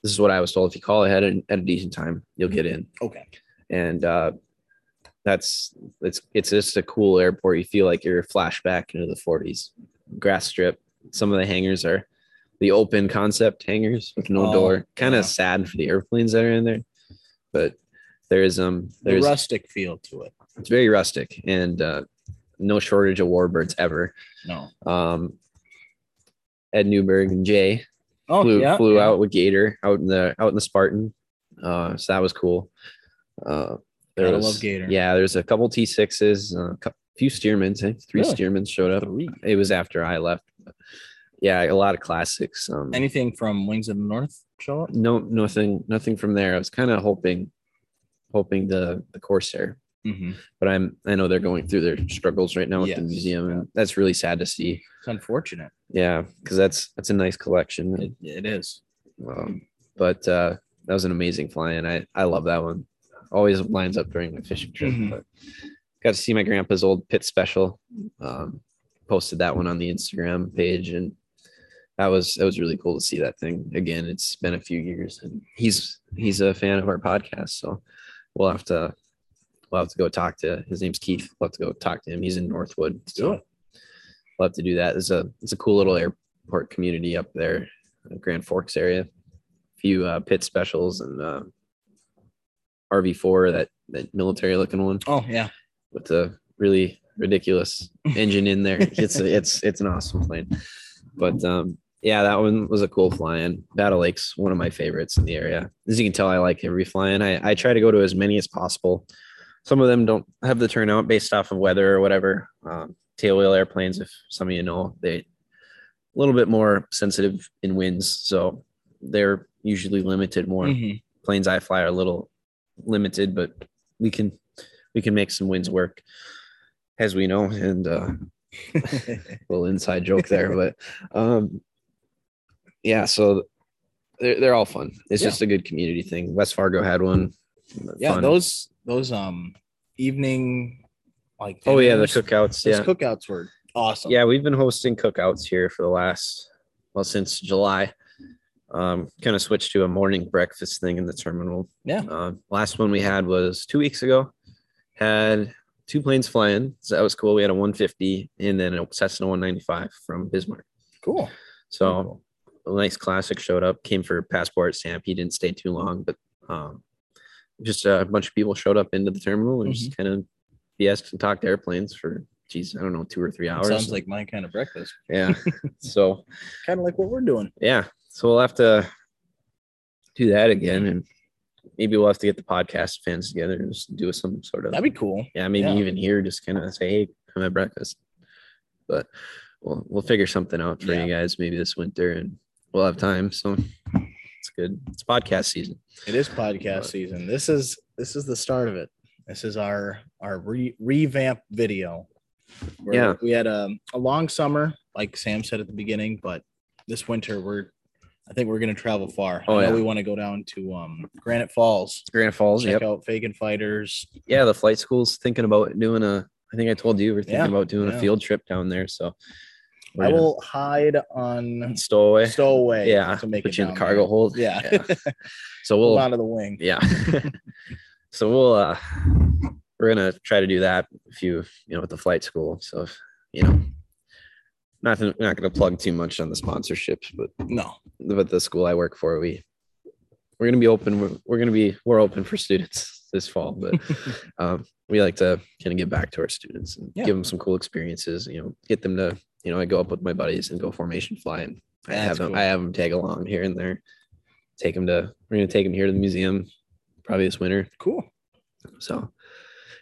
A: this is what I was told. If you call ahead and at a decent time, you'll get in.
B: Okay.
A: And uh, that's it's it's just a cool airport. You feel like you're a flashback into the 40s. Grass strip. Some of the hangars are the open concept hangars with no
B: Oh,
A: door. Kind of
B: yeah.
A: sad for the airplanes that are in there, but there is um
B: The
A: there's
B: rustic feel to it.
A: it's very rustic and uh, no shortage of warbirds ever
B: No.
A: um, Ed Newberg and Jay
B: Oh,
A: flew
B: yeah.
A: flew
B: yeah.
A: out with Gator out in the out in the Spartan, uh, so that was cool. Uh, there
B: Gotta
A: was
B: love Gator.
A: yeah, there's a couple T sixes, a cou- few steermans, I think three
B: Really?
A: steermans showed up.
B: Three.
A: It was after I left. but yeah, a lot of classics. Um,
B: Anything from Wings of the North show up?
A: no, nothing, nothing from there. I was kind of hoping, hoping the the Corsair,
B: Mm-hmm.
A: but I'm I know they're going through their struggles right now with the
B: Yes,
A: museum,
B: yeah.
A: and that's really sad to see.
B: It's unfortunate.
A: Yeah, because that's that's a nice collection.
B: It, it is.
A: Um, but uh, that was an amazing flying. I I love that one. Always lines up during my fishing trip.
B: Mhm.
A: But got to see my grandpa's old pit special. Um, posted that one on the Instagram page, and that was that was really cool to see that thing again. It's been a few years, and he's he's a fan of our podcast, so we'll have to we'll have to go talk to his name's Keith. We'll have to go talk to him. He's in Northwood. So
B: it.
A: we'll have to do that. It's a it's a cool little airport community up there, uh, Grand Forks area. Few uh, pit specials and uh, RV four that that military looking one
B: Oh, yeah.
A: with the really ridiculous engine in there. It's a, it's it's an awesome plane. But um, yeah, that one was a cool fly-in. Battle Lake's one of my favorites in the area. As you can tell, I like every fly-in. I, I try to go to as many as possible. Some of them don't have the turnout based off of weather or whatever. Um, tail wheel airplanes, if some of you know, they a little bit more sensitive in winds, so they're usually limited more.
B: Mhm.
A: Planes I fly are a little limited, but we can we can make some wins work, as we know. And uh,
B: Mm-hmm.
A: little inside joke there, but um, yeah, so they're, they're all fun. It's
B: Yeah.
A: just a good community thing. West Fargo had one.
B: yeah,
A: Fun.
B: those those um evening like
A: Oh yeah, the
B: dinners,
A: cookouts.
B: those
A: Yeah,
B: cookouts were awesome.
A: yeah, we've been hosting cookouts here for the last well since July. Um, kind of switched to a morning breakfast thing in the terminal.
B: Yeah.
A: Um, last one we had was two weeks ago. Had two planes flying, so that was cool. We had a 150 and then a Cessna 195 from Bismarck.
B: cool.
A: So a nice classic showed up, came for passport stamp. He didn't stay too long, but um, just a bunch of people showed up into the terminal and just
B: Mm-hmm.
A: kind of BS and talked airplanes for, geez, I don't know, two or three hours.
B: Sounds like my kind of breakfast.
A: yeah. so
B: Kind of like what we're doing.
A: yeah, so we'll have to do that again, and maybe we'll have to get the podcast fans together and just do some sort of
B: That'd be cool.
A: yeah, maybe
B: Yeah.
A: even here, just kind of say, hey, come have breakfast. But we'll we'll figure something out for you guys maybe this winter, and we'll have time. So it's good. It's podcast season.
B: It is podcast season. This is this is the start of it. This is our our re, revamp video. Where
A: Yeah.
B: we had a, a long summer, like Sam said at the beginning, but this winter we're I think we're gonna travel far.
A: Oh,
B: I know
A: yeah.
B: we want to go down to um Granite Falls,
A: Grand Falls.
B: check
A: Yep.
B: out Fagin Fighters.
A: Yeah, the flight school's thinking about doing a. I think I told you we're thinking
B: Yeah,
A: about doing
B: yeah.
A: a field trip down there. So we're
B: I
A: gonna
B: will hide on
A: stowaway.
B: stowaway.
A: Yeah,
B: to make
A: put
B: it
A: you in the
B: down
A: cargo
B: there.
A: hold.
B: Yeah,
A: So
B: Hold
A: we'll
B: onto the wing.
A: yeah so we'll uh we're gonna try to do that if you you know with the flight school so if, you know not to, not gonna plug too much on the sponsorships but
B: No,
A: but the school i work for we we're gonna be open we're, we're gonna be we're open for students this fall but um we like to kind of get back to our students and
B: Yeah.
A: give them some cool experiences you know get them to you know i go up with my buddies and go formation fly and i
B: That's
A: have them
B: cool.
A: i have them tag along here and there take them to we're gonna take them here to the museum probably this winter
B: cool.
A: so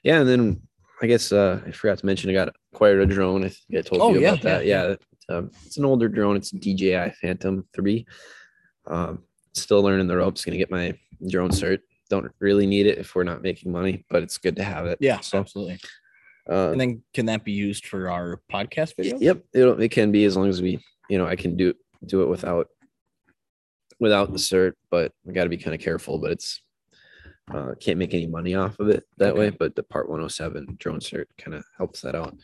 A: yeah, and then I guess uh, I forgot to mention I got acquired a drone. I think I told
B: Oh,
A: you
B: yeah,
A: about that. Yeah, Um, it's an older drone. It's a DJI Phantom Three. Um, still learning the ropes. Gonna get my drone cert. Don't really need it if we're not making money, but it's good to have it.
B: Yeah,
A: So,
B: absolutely.
A: uh,
B: And then can that be used for our podcast video?
A: yep, it'll, it can be as long as we, you know, I can do do it without without the cert, but we got to be kind of careful. But it's uh, can't make any money off of it that way. But the Part 107 drone cert kind of helps that out.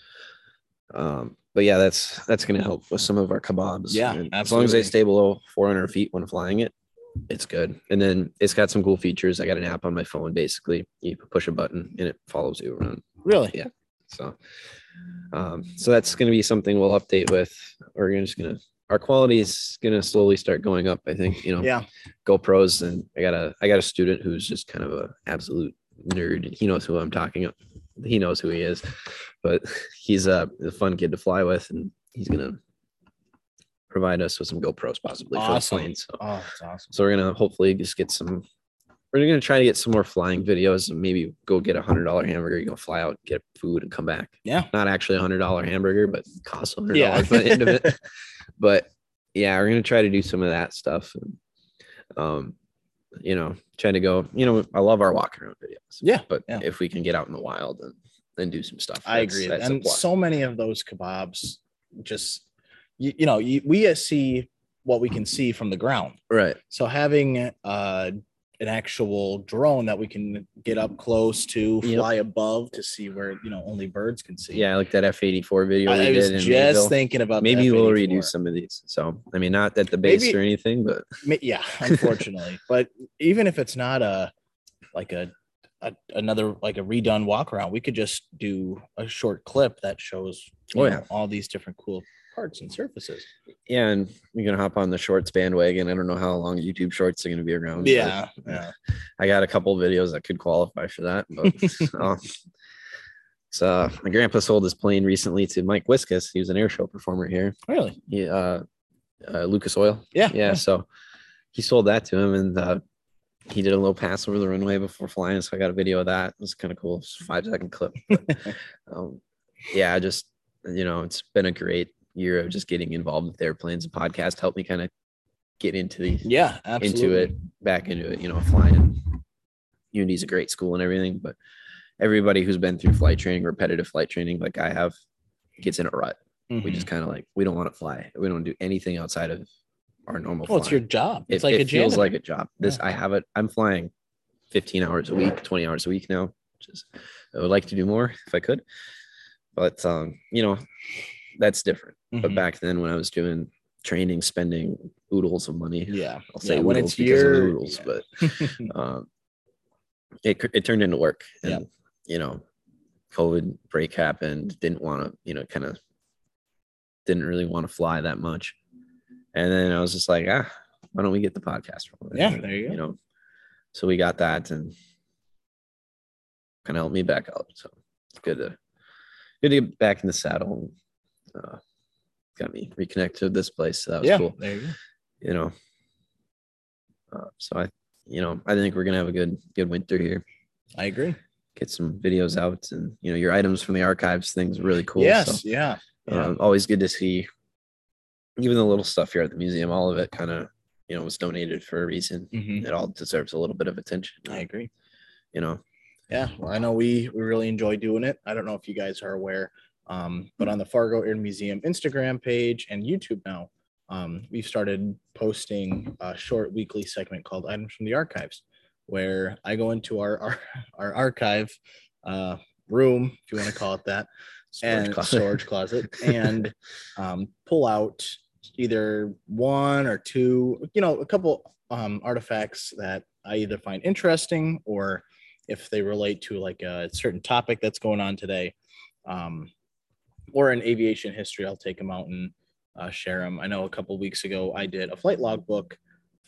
A: Um, but yeah, that's that's gonna help with some of our kebabs.
B: Yeah,
A: And as long as
B: absolutely.
A: they stay below 400 feet when flying it, it's good. And then it's got some cool features. I got an app on my phone. Basically, you push a button and it follows you around.
B: Really?
A: Yeah. So, um, so that's going to be something we'll update with. We're gonna- just going to, our quality is going to slowly start going up. I think, you know,
B: Yeah.
A: GoPros and I got a, I got a student who's just kind of a absolute nerd. and He knows who I'm talking about. He knows who he is, but he's a, a fun kid to fly with and he's going to provide us with some GoPros possibly for the
B: Awesome.
A: plane. So,
B: Oh, that's awesome.
A: so we're gonna hopefully just get some. We're gonna try to get some more flying videos and maybe go get a hundred dollar hamburger. Go fly out, get food, and come back.
B: Yeah.
A: Not actually a hundred dollar hamburger, but it costs a hundred
B: Yeah.
A: dollars by the end of it. But yeah, we're gonna try to do some of that stuff. And, um, you know, trying to go. You know, I love our walk around videos.
B: Yeah,
A: But
B: yeah.
A: if we can get out in the wild and and do some stuff,
B: I
A: that's-
B: agree.
A: that's a
B: and
A: plus.
B: so many of those kebabs just, you, you know, you, we uh, see what we can see from the ground.
A: right.
B: So having uh, an actual drone that we can get up close to,
A: Yep.
B: fly above to see where, you know, only birds can see.
A: Yeah, I like that F eighty four video.
B: I,
A: we
B: I was
A: did in
B: just
A: Mayville.
B: thinking about the
A: Maybe we'll
B: F-84.
A: redo some of these. So I mean, not at the base
B: Maybe-
A: or anything, but
B: Ma- Yeah, unfortunately. but even if it's not a like a, a another like a redone walk around, we could just do a short clip that shows you
A: Oh,
B: know,
A: yeah.
B: all these different cool parts and surfaces.
A: yeah, and we can hop on the shorts bandwagon. I don't know how long YouTube shorts are going to be around. but
B: Yeah, yeah.
A: I got a couple videos that could qualify for that, but um, So uh, my grandpa sold his plane recently to Mike Wiskus. He was an air show performer here.
B: Really?
A: He, uh, uh, Lucas Oil.
B: Yeah.
A: Yeah. So he sold that to him and uh, he did a little pass over the runway before flying. So I got a video of that. It was kind of cool. It's a five second clip. But, um, yeah, I just, you know, it's been a great year of just getting involved with airplanes. The podcast helped me kind of get into the,
B: Yeah, absolutely.
A: into it, back into it, you know, flying. And Unity's a great school and everything, but everybody who's been through flight training, repetitive flight training, like I have, gets in a rut. We
B: Mhm.
A: just kind of like, we don't want to fly. We don't do anything outside of our normal.
B: well, it's your
A: flying.
B: job.
A: It-
B: It's like
A: it
B: a
A: feels
B: janitor.
A: like a job. This, I have it. I'm flying 15 hours a week, 20 hours a week now, which is, I would like to do more if I could. But, um, you know, that's different. But
B: Mhm.
A: back then when I was doing training, spending oodles of money,
B: yeah.
A: I'll say
B: yeah,
A: when
B: when
A: it's
B: it's
A: because of
B: your-
A: the rules,
B: yeah.
A: but um, it it turned into work, and
B: Yeah.
A: you know, COVID break happened. Didn't want to, you know, kind of didn't really want to fly that much, and then I was just like, ah, why don't we get the podcast rolling?
B: Yeah, there you go.
A: you know, so we got that and kind of helped me back up. So it's good to good to get back in the saddle. And, uh, got me reconnected to this place, so that was
B: yeah,
A: cool
B: there you go.
A: you know. Uh, so I, you know, I think we're gonna have a good good winter here.
B: I agree.
A: Get some videos out, and you know, your items from the archives things are really cool.
B: yes,
A: so,
B: yeah. yeah.
A: um, always good to see. Even the little stuff here at the museum, all of it kind of, you know, was donated for a reason.
B: Mhm.
A: It all deserves a little bit of attention.
B: I agree.
A: You know,
B: Yeah, well, I know we we really enjoy doing it. I don't know if you guys are aware, um, but on the Fargo Air Museum Instagram page and YouTube now, um, we've started posting a short weekly segment called "Items from the Archives," where I go into our our, our archive uh, room, if you want to call it that,
A: Storage
B: and
A: closet.
B: storage closet, and um, pull out either one or two, you know, a couple um, artifacts that I either find interesting or if they relate to like a certain topic that's going on today um, or in aviation history i'll take them out and uh, share them i know a couple weeks ago i did a flight log book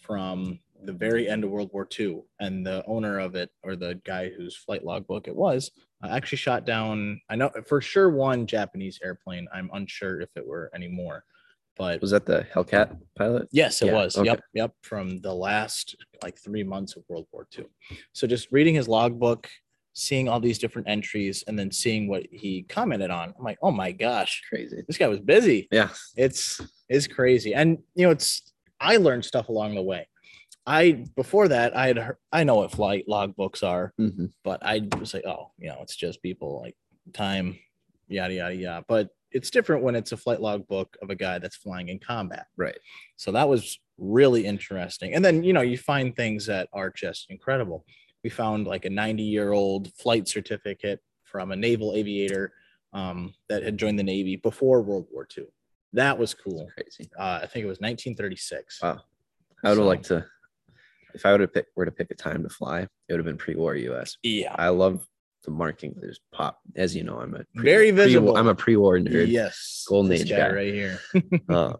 B: from the very end of world war ii and the owner of it or the guy whose flight log book it was uh, actually shot down i know for sure one japanese airplane i'm unsure if it were any more but
A: was that the Hellcat pilot?
B: Yes, it
A: Yeah,
B: was.
A: okay.
B: Yep, yep. From the last like three months of World War II. So just reading his logbook, seeing all these different entries, and then seeing what he commented on, I'm like, oh my gosh,
A: Crazy.
B: this guy was busy.
A: Yeah.
B: It's it's crazy, and you know, it's I learned stuff along the way. I before that, I had heard, I know what flight logbooks are,
A: hmm
B: but I was like, oh, you know, it's just people like time, yada yada yada. But it's different when it's a flight log book of a guy that's flying in combat.
A: Right.
B: So that was really interesting. And then, you know, you find things that are just incredible. We found like a 90 year old flight certificate from a naval aviator um, that had joined the Navy before World War II. That was cool.
A: Crazy.
B: Uh, I think it was 1936.
A: Wow. I would have
B: So-
A: liked to, if I would have pick were to pick a time to fly, it would have been pre-war U.S.
B: Yeah.
A: I love the markings. There's pop, as you know, I'm a
B: Very visible.
A: I'm a pre-war nerd.
B: Yes.
A: Golden
B: this
A: Age
B: guy
A: guy.
B: right here.
A: Uh,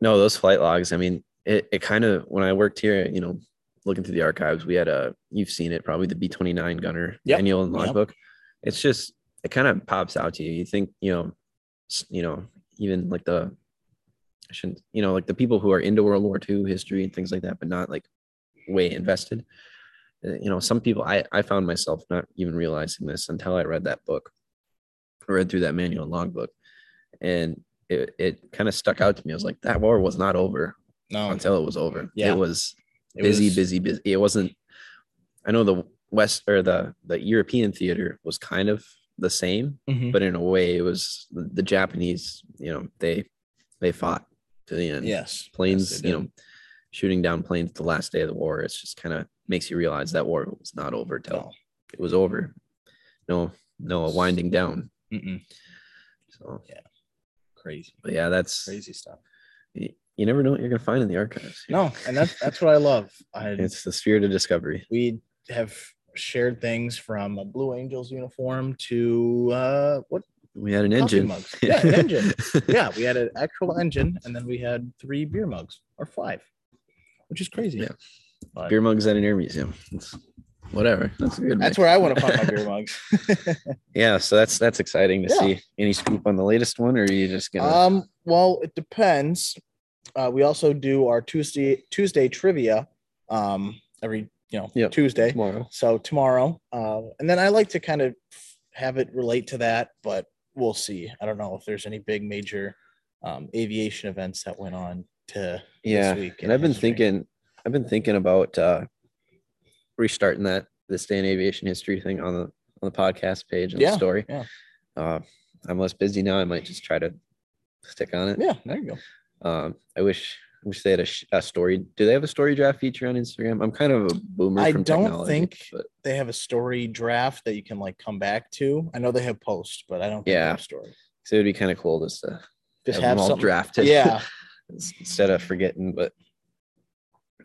A: no, those flight logs. I mean, it, it kind of when I worked here, you know, looking through the archives, we had a you've seen it probably the B twenty nine gunner
B: Yep.
A: manual and
B: Yep.
A: logbook. It's just it kind of pops out to you. You think you know, s- you know, even like the I shouldn't you know like the people who are into World War II history and things like that, but not like way invested. Uh, You know, some people I I found myself not even realizing this until I read that book, I read through that manual and logbook, and it it kind of stuck out to me. I was like, that war was not over
B: No,
A: until it was over.
B: Oh, Yeah.
A: It was
B: it
A: busy,
B: was-
A: busy, busy. It wasn't. I know the West or the the European theater was kind of the same,
B: Mhm.
A: but in a way, it was the, the Japanese. You know, they they fought to the end.
B: Yes.
A: planes.
B: Yes, they
A: you
B: did.
A: know, shooting down planes the last day of the war. It's just kind of makes you realize that war was not over till
B: No.
A: it was over. No, no, a winding down.
B: Mm-mm.
A: So,
B: Crazy,
A: but yeah, that's
B: crazy stuff.
A: y- you never know what you're gonna find in the archives.
B: No, and that's that's what I love. I
A: It's the spirit of discovery.
B: we have shared things from a Blue Angels uniform to uh, what?
A: We had an
B: Coffee
A: engine.
B: mugs. Yeah, an engine. Yeah, we had an actual engine, and then we had three beer mugs or five, which is crazy.
A: Yeah.
B: But
A: Beer mugs at an air museum. It's whatever. That's a good.
B: That's
A: way.
B: where I want to pop my beer mugs.
A: Yeah, so that's that's exciting to
B: Yeah.
A: see. Any scoop on the latest one, or are you just gonna?
B: Um, well, it depends. Uh, we also do our Tuesday Tuesday trivia um, every you know
A: Yep.
B: Tuesday.
A: tomorrow.
B: So tomorrow, uh, and then I like to kind of have it relate to that, but we'll see. I don't know if there's any big major um, aviation events that went on to
A: Yeah,
B: this week. in
A: and I've been
B: history.
A: thinking, I've been thinking about uh restarting that this day in aviation history thing on the on the podcast page and
B: Yeah,
A: the story.
B: yeah.
A: Uh, I'm less busy now. I might just try to stick on it.
B: Yeah, there you go.
A: Um, I wish I wish they had a, sh- a story. Do they have a story draft feature on Instagram? I'm kind of a boomer.
B: I
A: from
B: don't
A: technology,
B: think-
A: but
B: They have a story draft that you can like come back to. I know they have posts, but I don't. Think they
A: Yeah.
B: have story.
A: 'cause it would be kind of cool just to
B: Just
A: have
B: have,
A: them all
B: something.
A: drafted.
B: Yeah,
A: instead of forgetting. But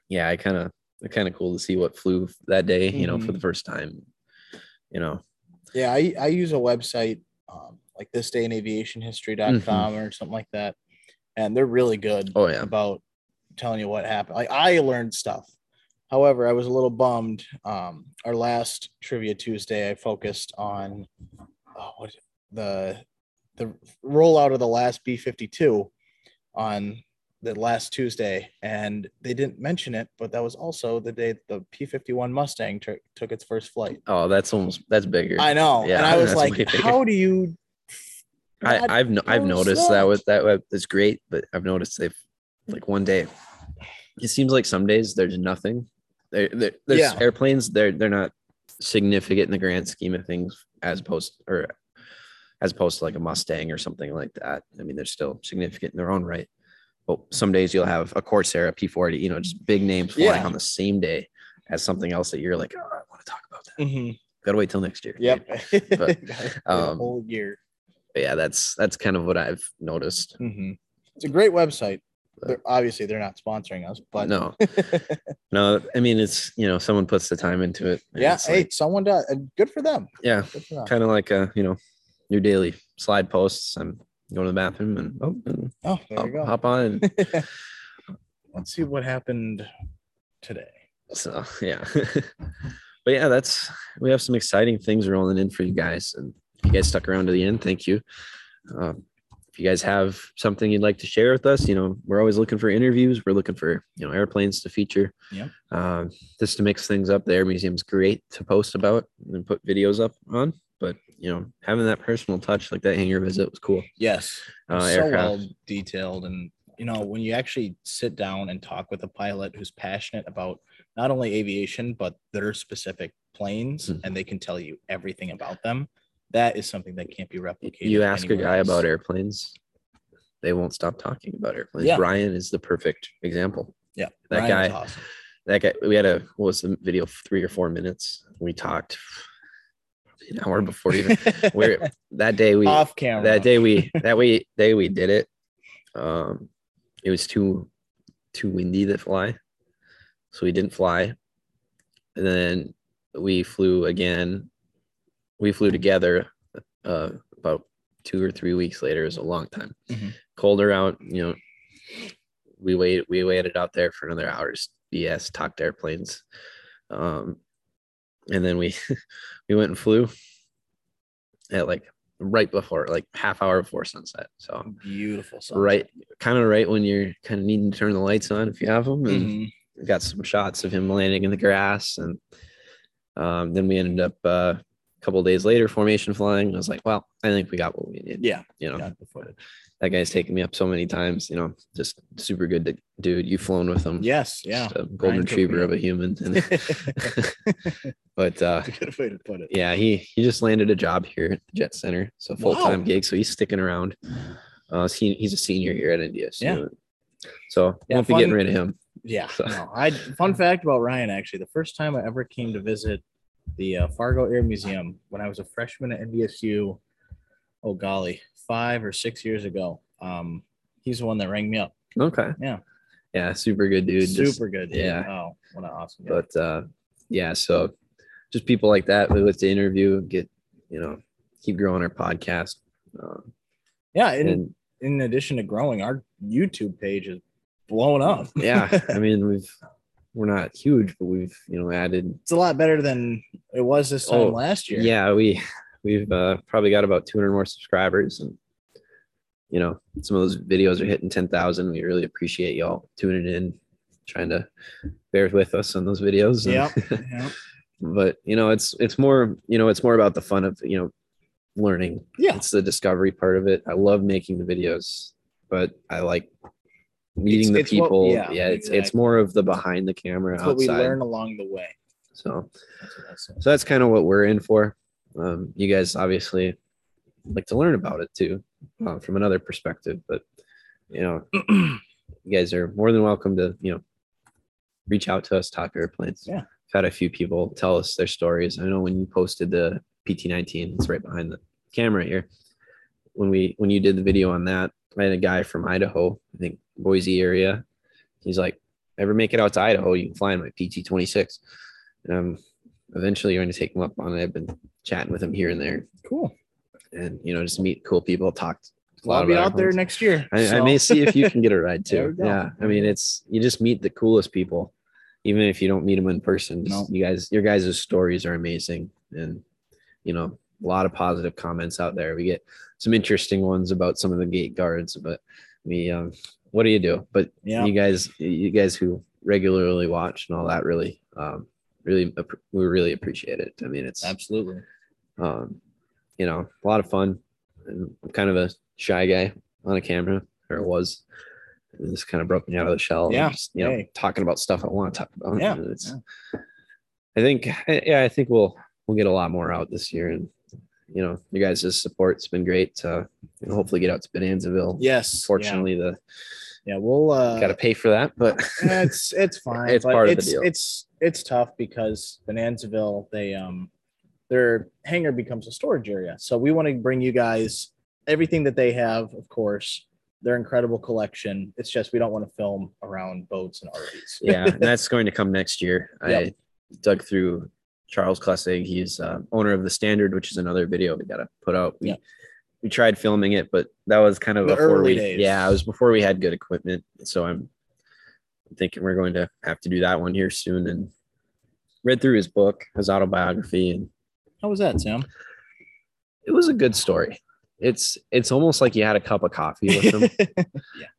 A: yeah, I kind of kind of cool to see what flew that day. You know, for
B: Mhm.
A: the first time. You know,
B: Yeah, I, I use a website um, like this day in
A: Mm-hmm.
B: aviationhistory.com or something like that. And they're really good
A: oh yeah,
B: about telling you what happened. Like I learned stuff. However, I was a little bummed. Um, our last trivia Tuesday, I focused on oh, what the the rollout of the last B fifty two on the last Tuesday, and they didn't mention it, but that was also the day the P fifty one Mustang tur- took its first flight.
A: oh that's almost that's bigger.
B: I know.
A: Yeah,
B: and I was
A: that's way
B: like,
A: bigger.
B: how do you God
A: I, I've no, I've
B: knows
A: noticed that
B: that.
A: was that was- it's great, but I've noticed they've like one day. It seems like some days there's nothing. There, there there's
B: Yeah.
A: airplanes. They're they're not significant in the grand scheme of things, as opposed or as opposed to like a Mustang or something like that. I mean, they're still significant in their own right. But some days you'll have a Corsair, a P40, you know, just big names flying
B: Yeah.
A: on the same day as something else that you're like, oh, I want to talk about that.
B: Mhm.
A: Gotta wait till next year.
B: Yep.
A: But,
B: The
A: um,
B: whole year.
A: But yeah, that's that's kind of what I've noticed.
B: Mhm. It's a great website.
A: But-
B: They're, obviously, they're not sponsoring us, but
A: no no i mean it's you know someone puts the time into it and
B: yeah,
A: it's
B: hey,
A: like-
B: someone does. And good for them.
A: yeah
B: Good for them.
A: kind of like a you know your daily slide posts i'm going to the bathroom and oh and
B: Oh, there
A: hop,
B: you go.
A: hop on and
B: Let's see what happened today.
A: so yeah but yeah that's we have some exciting things rolling in for you guys and if you guys stuck around to the end thank you um, if you guys have something you'd like to share with us you know we're always looking for interviews we're looking for you know airplanes to feature
B: Yep.
A: um, just to mix things up the air museum's great to post about and put videos up on but you know having that personal touch like that hangar visit was cool
B: Yes.
A: uh,
B: so
A: aircraft
B: well detailed and you know when you actually sit down and talk with a pilot who's passionate about not only aviation but their specific planes
A: Mhm.
B: and they can tell you everything about them that is something that can't be replicated
A: you ask a
B: anywhere
A: guy
B: else.
A: about airplanes they won't stop talking about airplanes
B: Yeah.
A: brian is the perfect example
B: yeah
A: that
B: Ryan was
A: guy-
B: awesome.
A: that guy we had a what was the video three or four minutes we talked probably an hour before even where that day we
B: off camera
A: that day we that we day we did it um it was too too windy to fly so we didn't fly and then we flew again we flew together uh about two or three weeks later is a long time
B: Mhm.
A: colder out you know we wait we waited out there for another hour's bs talked airplanes um and then we we went and flew at like right before like half hour before sunset so
B: beautiful sunset.
A: right kind of right when you're kind of needing to turn the lights on if you have them and
B: Mhm.
A: we got some shots of him landing in the grass and um, then we ended up uh, a couple days later formation flying and i was like well i think we got what we need
B: yeah
A: you know
B: got the footage.
A: that guy's taken me up so many times you know just super good to, dude you've flown with him
B: Mm. yes yeah
A: Just a golden
B: Ryan took
A: retriever
B: me
A: of a human and,
B: That's
A: but uh
B: a good way to put it
A: yeah, he he just landed a job here at the Jet Center, so full time
B: Wow.
A: gig. So he's sticking around. Uh, he, he's a senior here at India. So,
B: Yeah.
A: So
B: Yeah,
A: won't be getting
B: fun-
A: rid of him.
B: Yeah.
A: So-
B: No, I fun fact about Ryan actually, the first time I ever came to visit the uh, Fargo Air Museum when I was a freshman at NDSU, oh golly, five or six years ago. Um, he's the one that rang me up.
A: Okay.
B: Yeah.
A: Yeah, super good dude.
B: Super
A: just-
B: good.
A: yeah.
B: Oh, what an awesome guy.
A: but uh, yeah, so just people like that we like to interview, get you know, keep growing our podcast. Uh,
B: yeah, in,
A: and
B: in addition to growing, our YouTube page is blowing up.
A: yeah, I mean we've we're not huge, but we've you know added.
B: It's a lot better than it was this time
A: Oh,
B: last year.
A: Yeah, we we've uh, probably got about 200 more subscribers, and you know some of those videos are hitting 10,000. We really appreciate y'all tuning in, trying to bear with us on those videos. and-
B: Yep. yep.
A: but you know it's it's more you know it's more about the fun of you know learning
B: Yeah.
A: it's the discovery part of it i love making the videos but i like meeting
B: It's- it's
A: the
B: what-
A: people
B: yeah,
A: yeah, it's it's
B: exactly.
A: more of the behind the camera
B: That's
A: outside
B: what we learn along the way.
A: so
B: That's what I said.
A: so that's kind of what we're in for um you guys obviously like to learn about it too uh, from another perspective but you know you guys are more than welcome to you know reach out to us talk to our plans
B: Yeah.
A: i've had a few people tell us their stories i know when you posted the pt19 it's right behind the camera here when we when you did the video on that i had a guy from idaho i think boise area he's like ever make it out to idaho you can fly in my pt26 and i'm eventually going to take him up on it i've been chatting with him here and there
B: cool.
A: and you know just meet cool people talk a lot
B: I'll be
A: about our
B: out there
A: plans.
B: next year.
A: I, I
B: so-
A: may see if you can get a ride
B: There we
A: too.
B: go.
A: Yeah. I mean, it's you just meet the coolest people, even if you don't meet them in person. Just You guys, your guys' stories are amazing. And, you know, a lot of positive comments out there. We get some interesting ones about some of the gate guards, but we, um, what do you do? But
B: Yeah.
A: you guys, you guys who regularly watch and all that really, um, really, appre- we really appreciate it. I mean, it's,
B: Absolutely.
A: um, you know, a lot of fun. And I'm kind of a shy guy on a camera, or was. And this kind of broke me out of the shell. and
B: Yeah.
A: just, you know,
B: Hey.
A: talking about stuff I want to talk about.
B: Yeah.
A: And It's, I think, yeah, I think we'll we'll get a lot more out this year, and you know, you guys' support's been great. Uh, and hopefully, get out to Bonanzaville.
B: Yes.
A: Fortunately,
B: Yeah, yeah we'll uh
A: the got to pay for that, but
B: Yeah, it's it's fine.
A: It's
B: but
A: part of the
B: it's,
A: deal.
B: It's it's tough because Bonanzaville, they um their hangar becomes a storage area. So we want to bring you guys everything that they have, of course, their incredible collection. It's just we don't want to film around boats and RVs.
A: yeah, and that's going to come next year.
B: Yep.
A: I dug through Charles Klessig. He's uh, owner of the Standard, which is another video we got to put out. We
B: Yep.
A: we tried filming it, but that was kind of
B: The
A: before
B: early
A: we,
B: days.
A: yeah, it was before we had good equipment. So I'm thinking we're going to have to do that one here soon. And read through his book, his autobiography, and
B: How was that, Sam?
A: it was a good story. It's it's almost like you had a cup of coffee with him.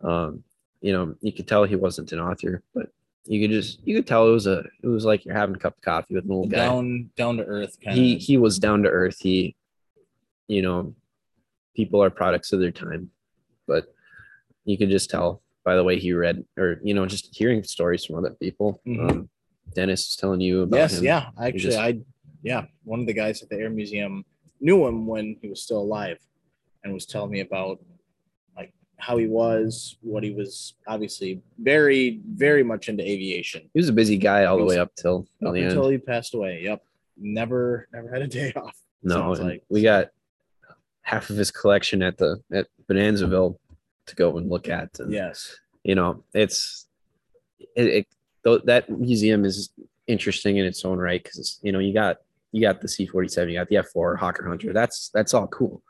A: um you know you could tell he wasn't an author but you could just you could tell it was a it was like you're having a cup of coffee with an old guy
B: Down down to earth kind
A: he
B: of
A: he was down to earth he you know people are products of their time but you could just tell by the way he read or you know just hearing stories from other people
B: Mhm.
A: um dennis was telling you about
B: Yes,
A: him.
B: yeah. Actually,
A: just-
B: I yeah, one of the guys at the Air Museum knew him when he was still alive, and was telling me about like how he was, what he was. Obviously, very, very much into aviation
A: he was a busy guy all the way up till
B: up
A: the end.
B: until he passed away. Yep, never, never had a day off.
A: No,
B: Sounds
A: and
B: like-
A: we got half of his collection at the at Bonanzaville to go and look at. And,
B: Yes,
A: you know, it's it, it though that museum is interesting in its own right because you know you got you got the C forty seven, you got the F four Hawker Hunter. That's that's all cool.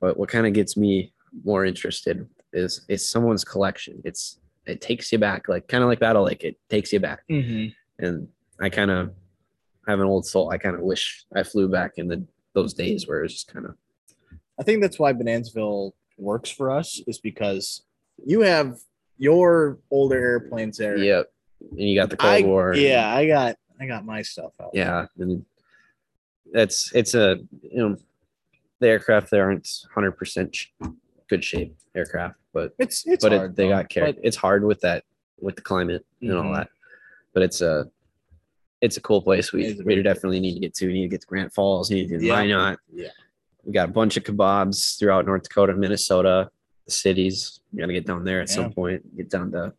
A: But what kind of gets me more interested is it's someone's collection. It's it takes you back, like kind of like Battle Lake. It takes you back
B: Mhm.
A: and I kind of have an old soul. I kind of wish I flew back in the those days where it was just kind of
B: I think that's why Bonanzaville works for us is because you have your older airplanes there.
A: yep. And you got the Cold
B: I,
A: War. and-
B: yeah, I got, I got my stuff out.
A: yeah, and that's it's a you know the aircraft there aren't hundred percent good shape aircraft, but
B: It's it's
A: but
B: hard,
A: it, they
B: though.
A: got carried. It's hard with that with the climate and all
B: Mhm.
A: that, but it's a it's a cool place.
B: It
A: We
B: is a
A: we
B: very cool
A: definitely need to get to. We need to get to Grant Falls. We need to
B: Yeah.
A: yeah. Minot.
B: Yeah.
A: We got a bunch of kebabs throughout North Dakota, Minnesota, the cities. We got to get down there at
B: Yeah.
A: some point. Get down to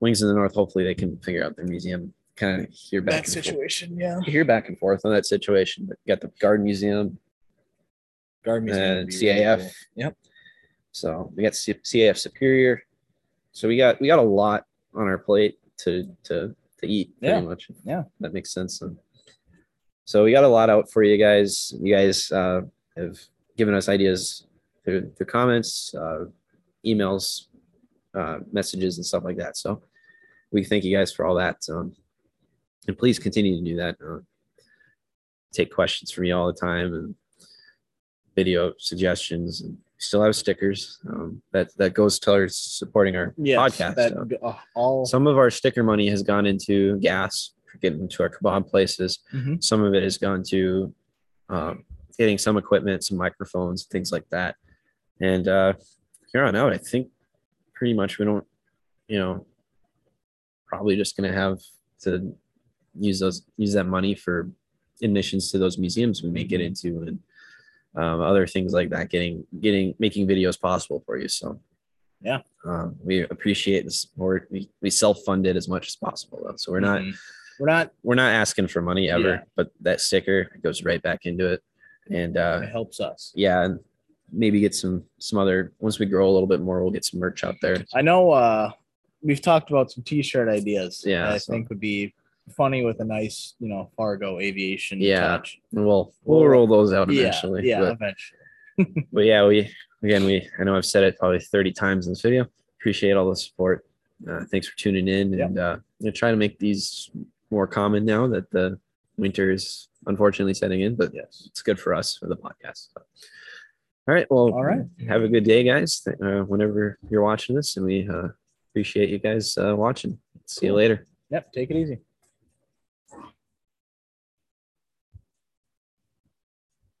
A: Wings of the North. Hopefully, they can figure out their museum. Kind of hear back.
B: that
A: and forth-
B: situation. Yeah.
A: Hear back and forth on that situation. But you got the Garden Museum,
B: Guard
A: uh, CAF. Yep. So we got C- CAF Superior. So we got we got a lot on our plate to to to eat pretty
B: Yeah.
A: much.
B: Yeah.
A: that makes sense. And so we got a lot out for you guys. You guys uh, have given us ideas through through comments, uh, emails, uh, messages, and stuff like that. So we we thank you guys for all that. Um, and please continue to do that. Uh, take questions from you all the time and video suggestions. And we still have stickers. Um, that that goes towards supporting our
B: Yes,
A: podcast.
B: that-
A: so.
B: uh, all
A: Some of our sticker money has gone into gas for getting to our kebab places.
B: Mhm.
A: Some of it has gone to um, getting some equipment, some microphones, things like that. And uh, here on out, I think pretty much we don't, you know, probably just gonna have to use those use that money for admissions to those museums we may get into and um, other things like that. Getting getting making videos possible for you. So um, we appreciate the support. We, we self fund it as much as possible, though. So we're not
B: Mhm. we're not
A: we're not asking for money ever,
B: Yeah.
A: but that sticker goes right back into it. And uh,
B: it helps us.
A: yeah, and maybe get some some other once we grow a little bit more, we'll get some merch out there.
B: I know uh we've talked about some t-shirt ideas.
A: Yeah,
B: that I
A: so-
B: think would be funny with a nice, you know, Fargo aviation
A: Yeah,
B: touch.
A: And we'll we'll roll those out eventually.
B: yeah, yeah,
A: But,
B: eventually.
A: but yeah, we again we I know I've said it probably thirty times in this video. Appreciate all the support. Uh, thanks for tuning in,
B: Yeah.
A: and uh, I'm gonna try to make these more common now that the winter is unfortunately setting in. But
B: Yes.
A: it's good for us for the podcast. So. All right. Well,
B: All right.
A: Have a good day, guys. th- Uh, whenever you're watching this, and we uh, appreciate you guys uh, watching. See you
B: Cool.
A: later.
B: Yep, take it easy.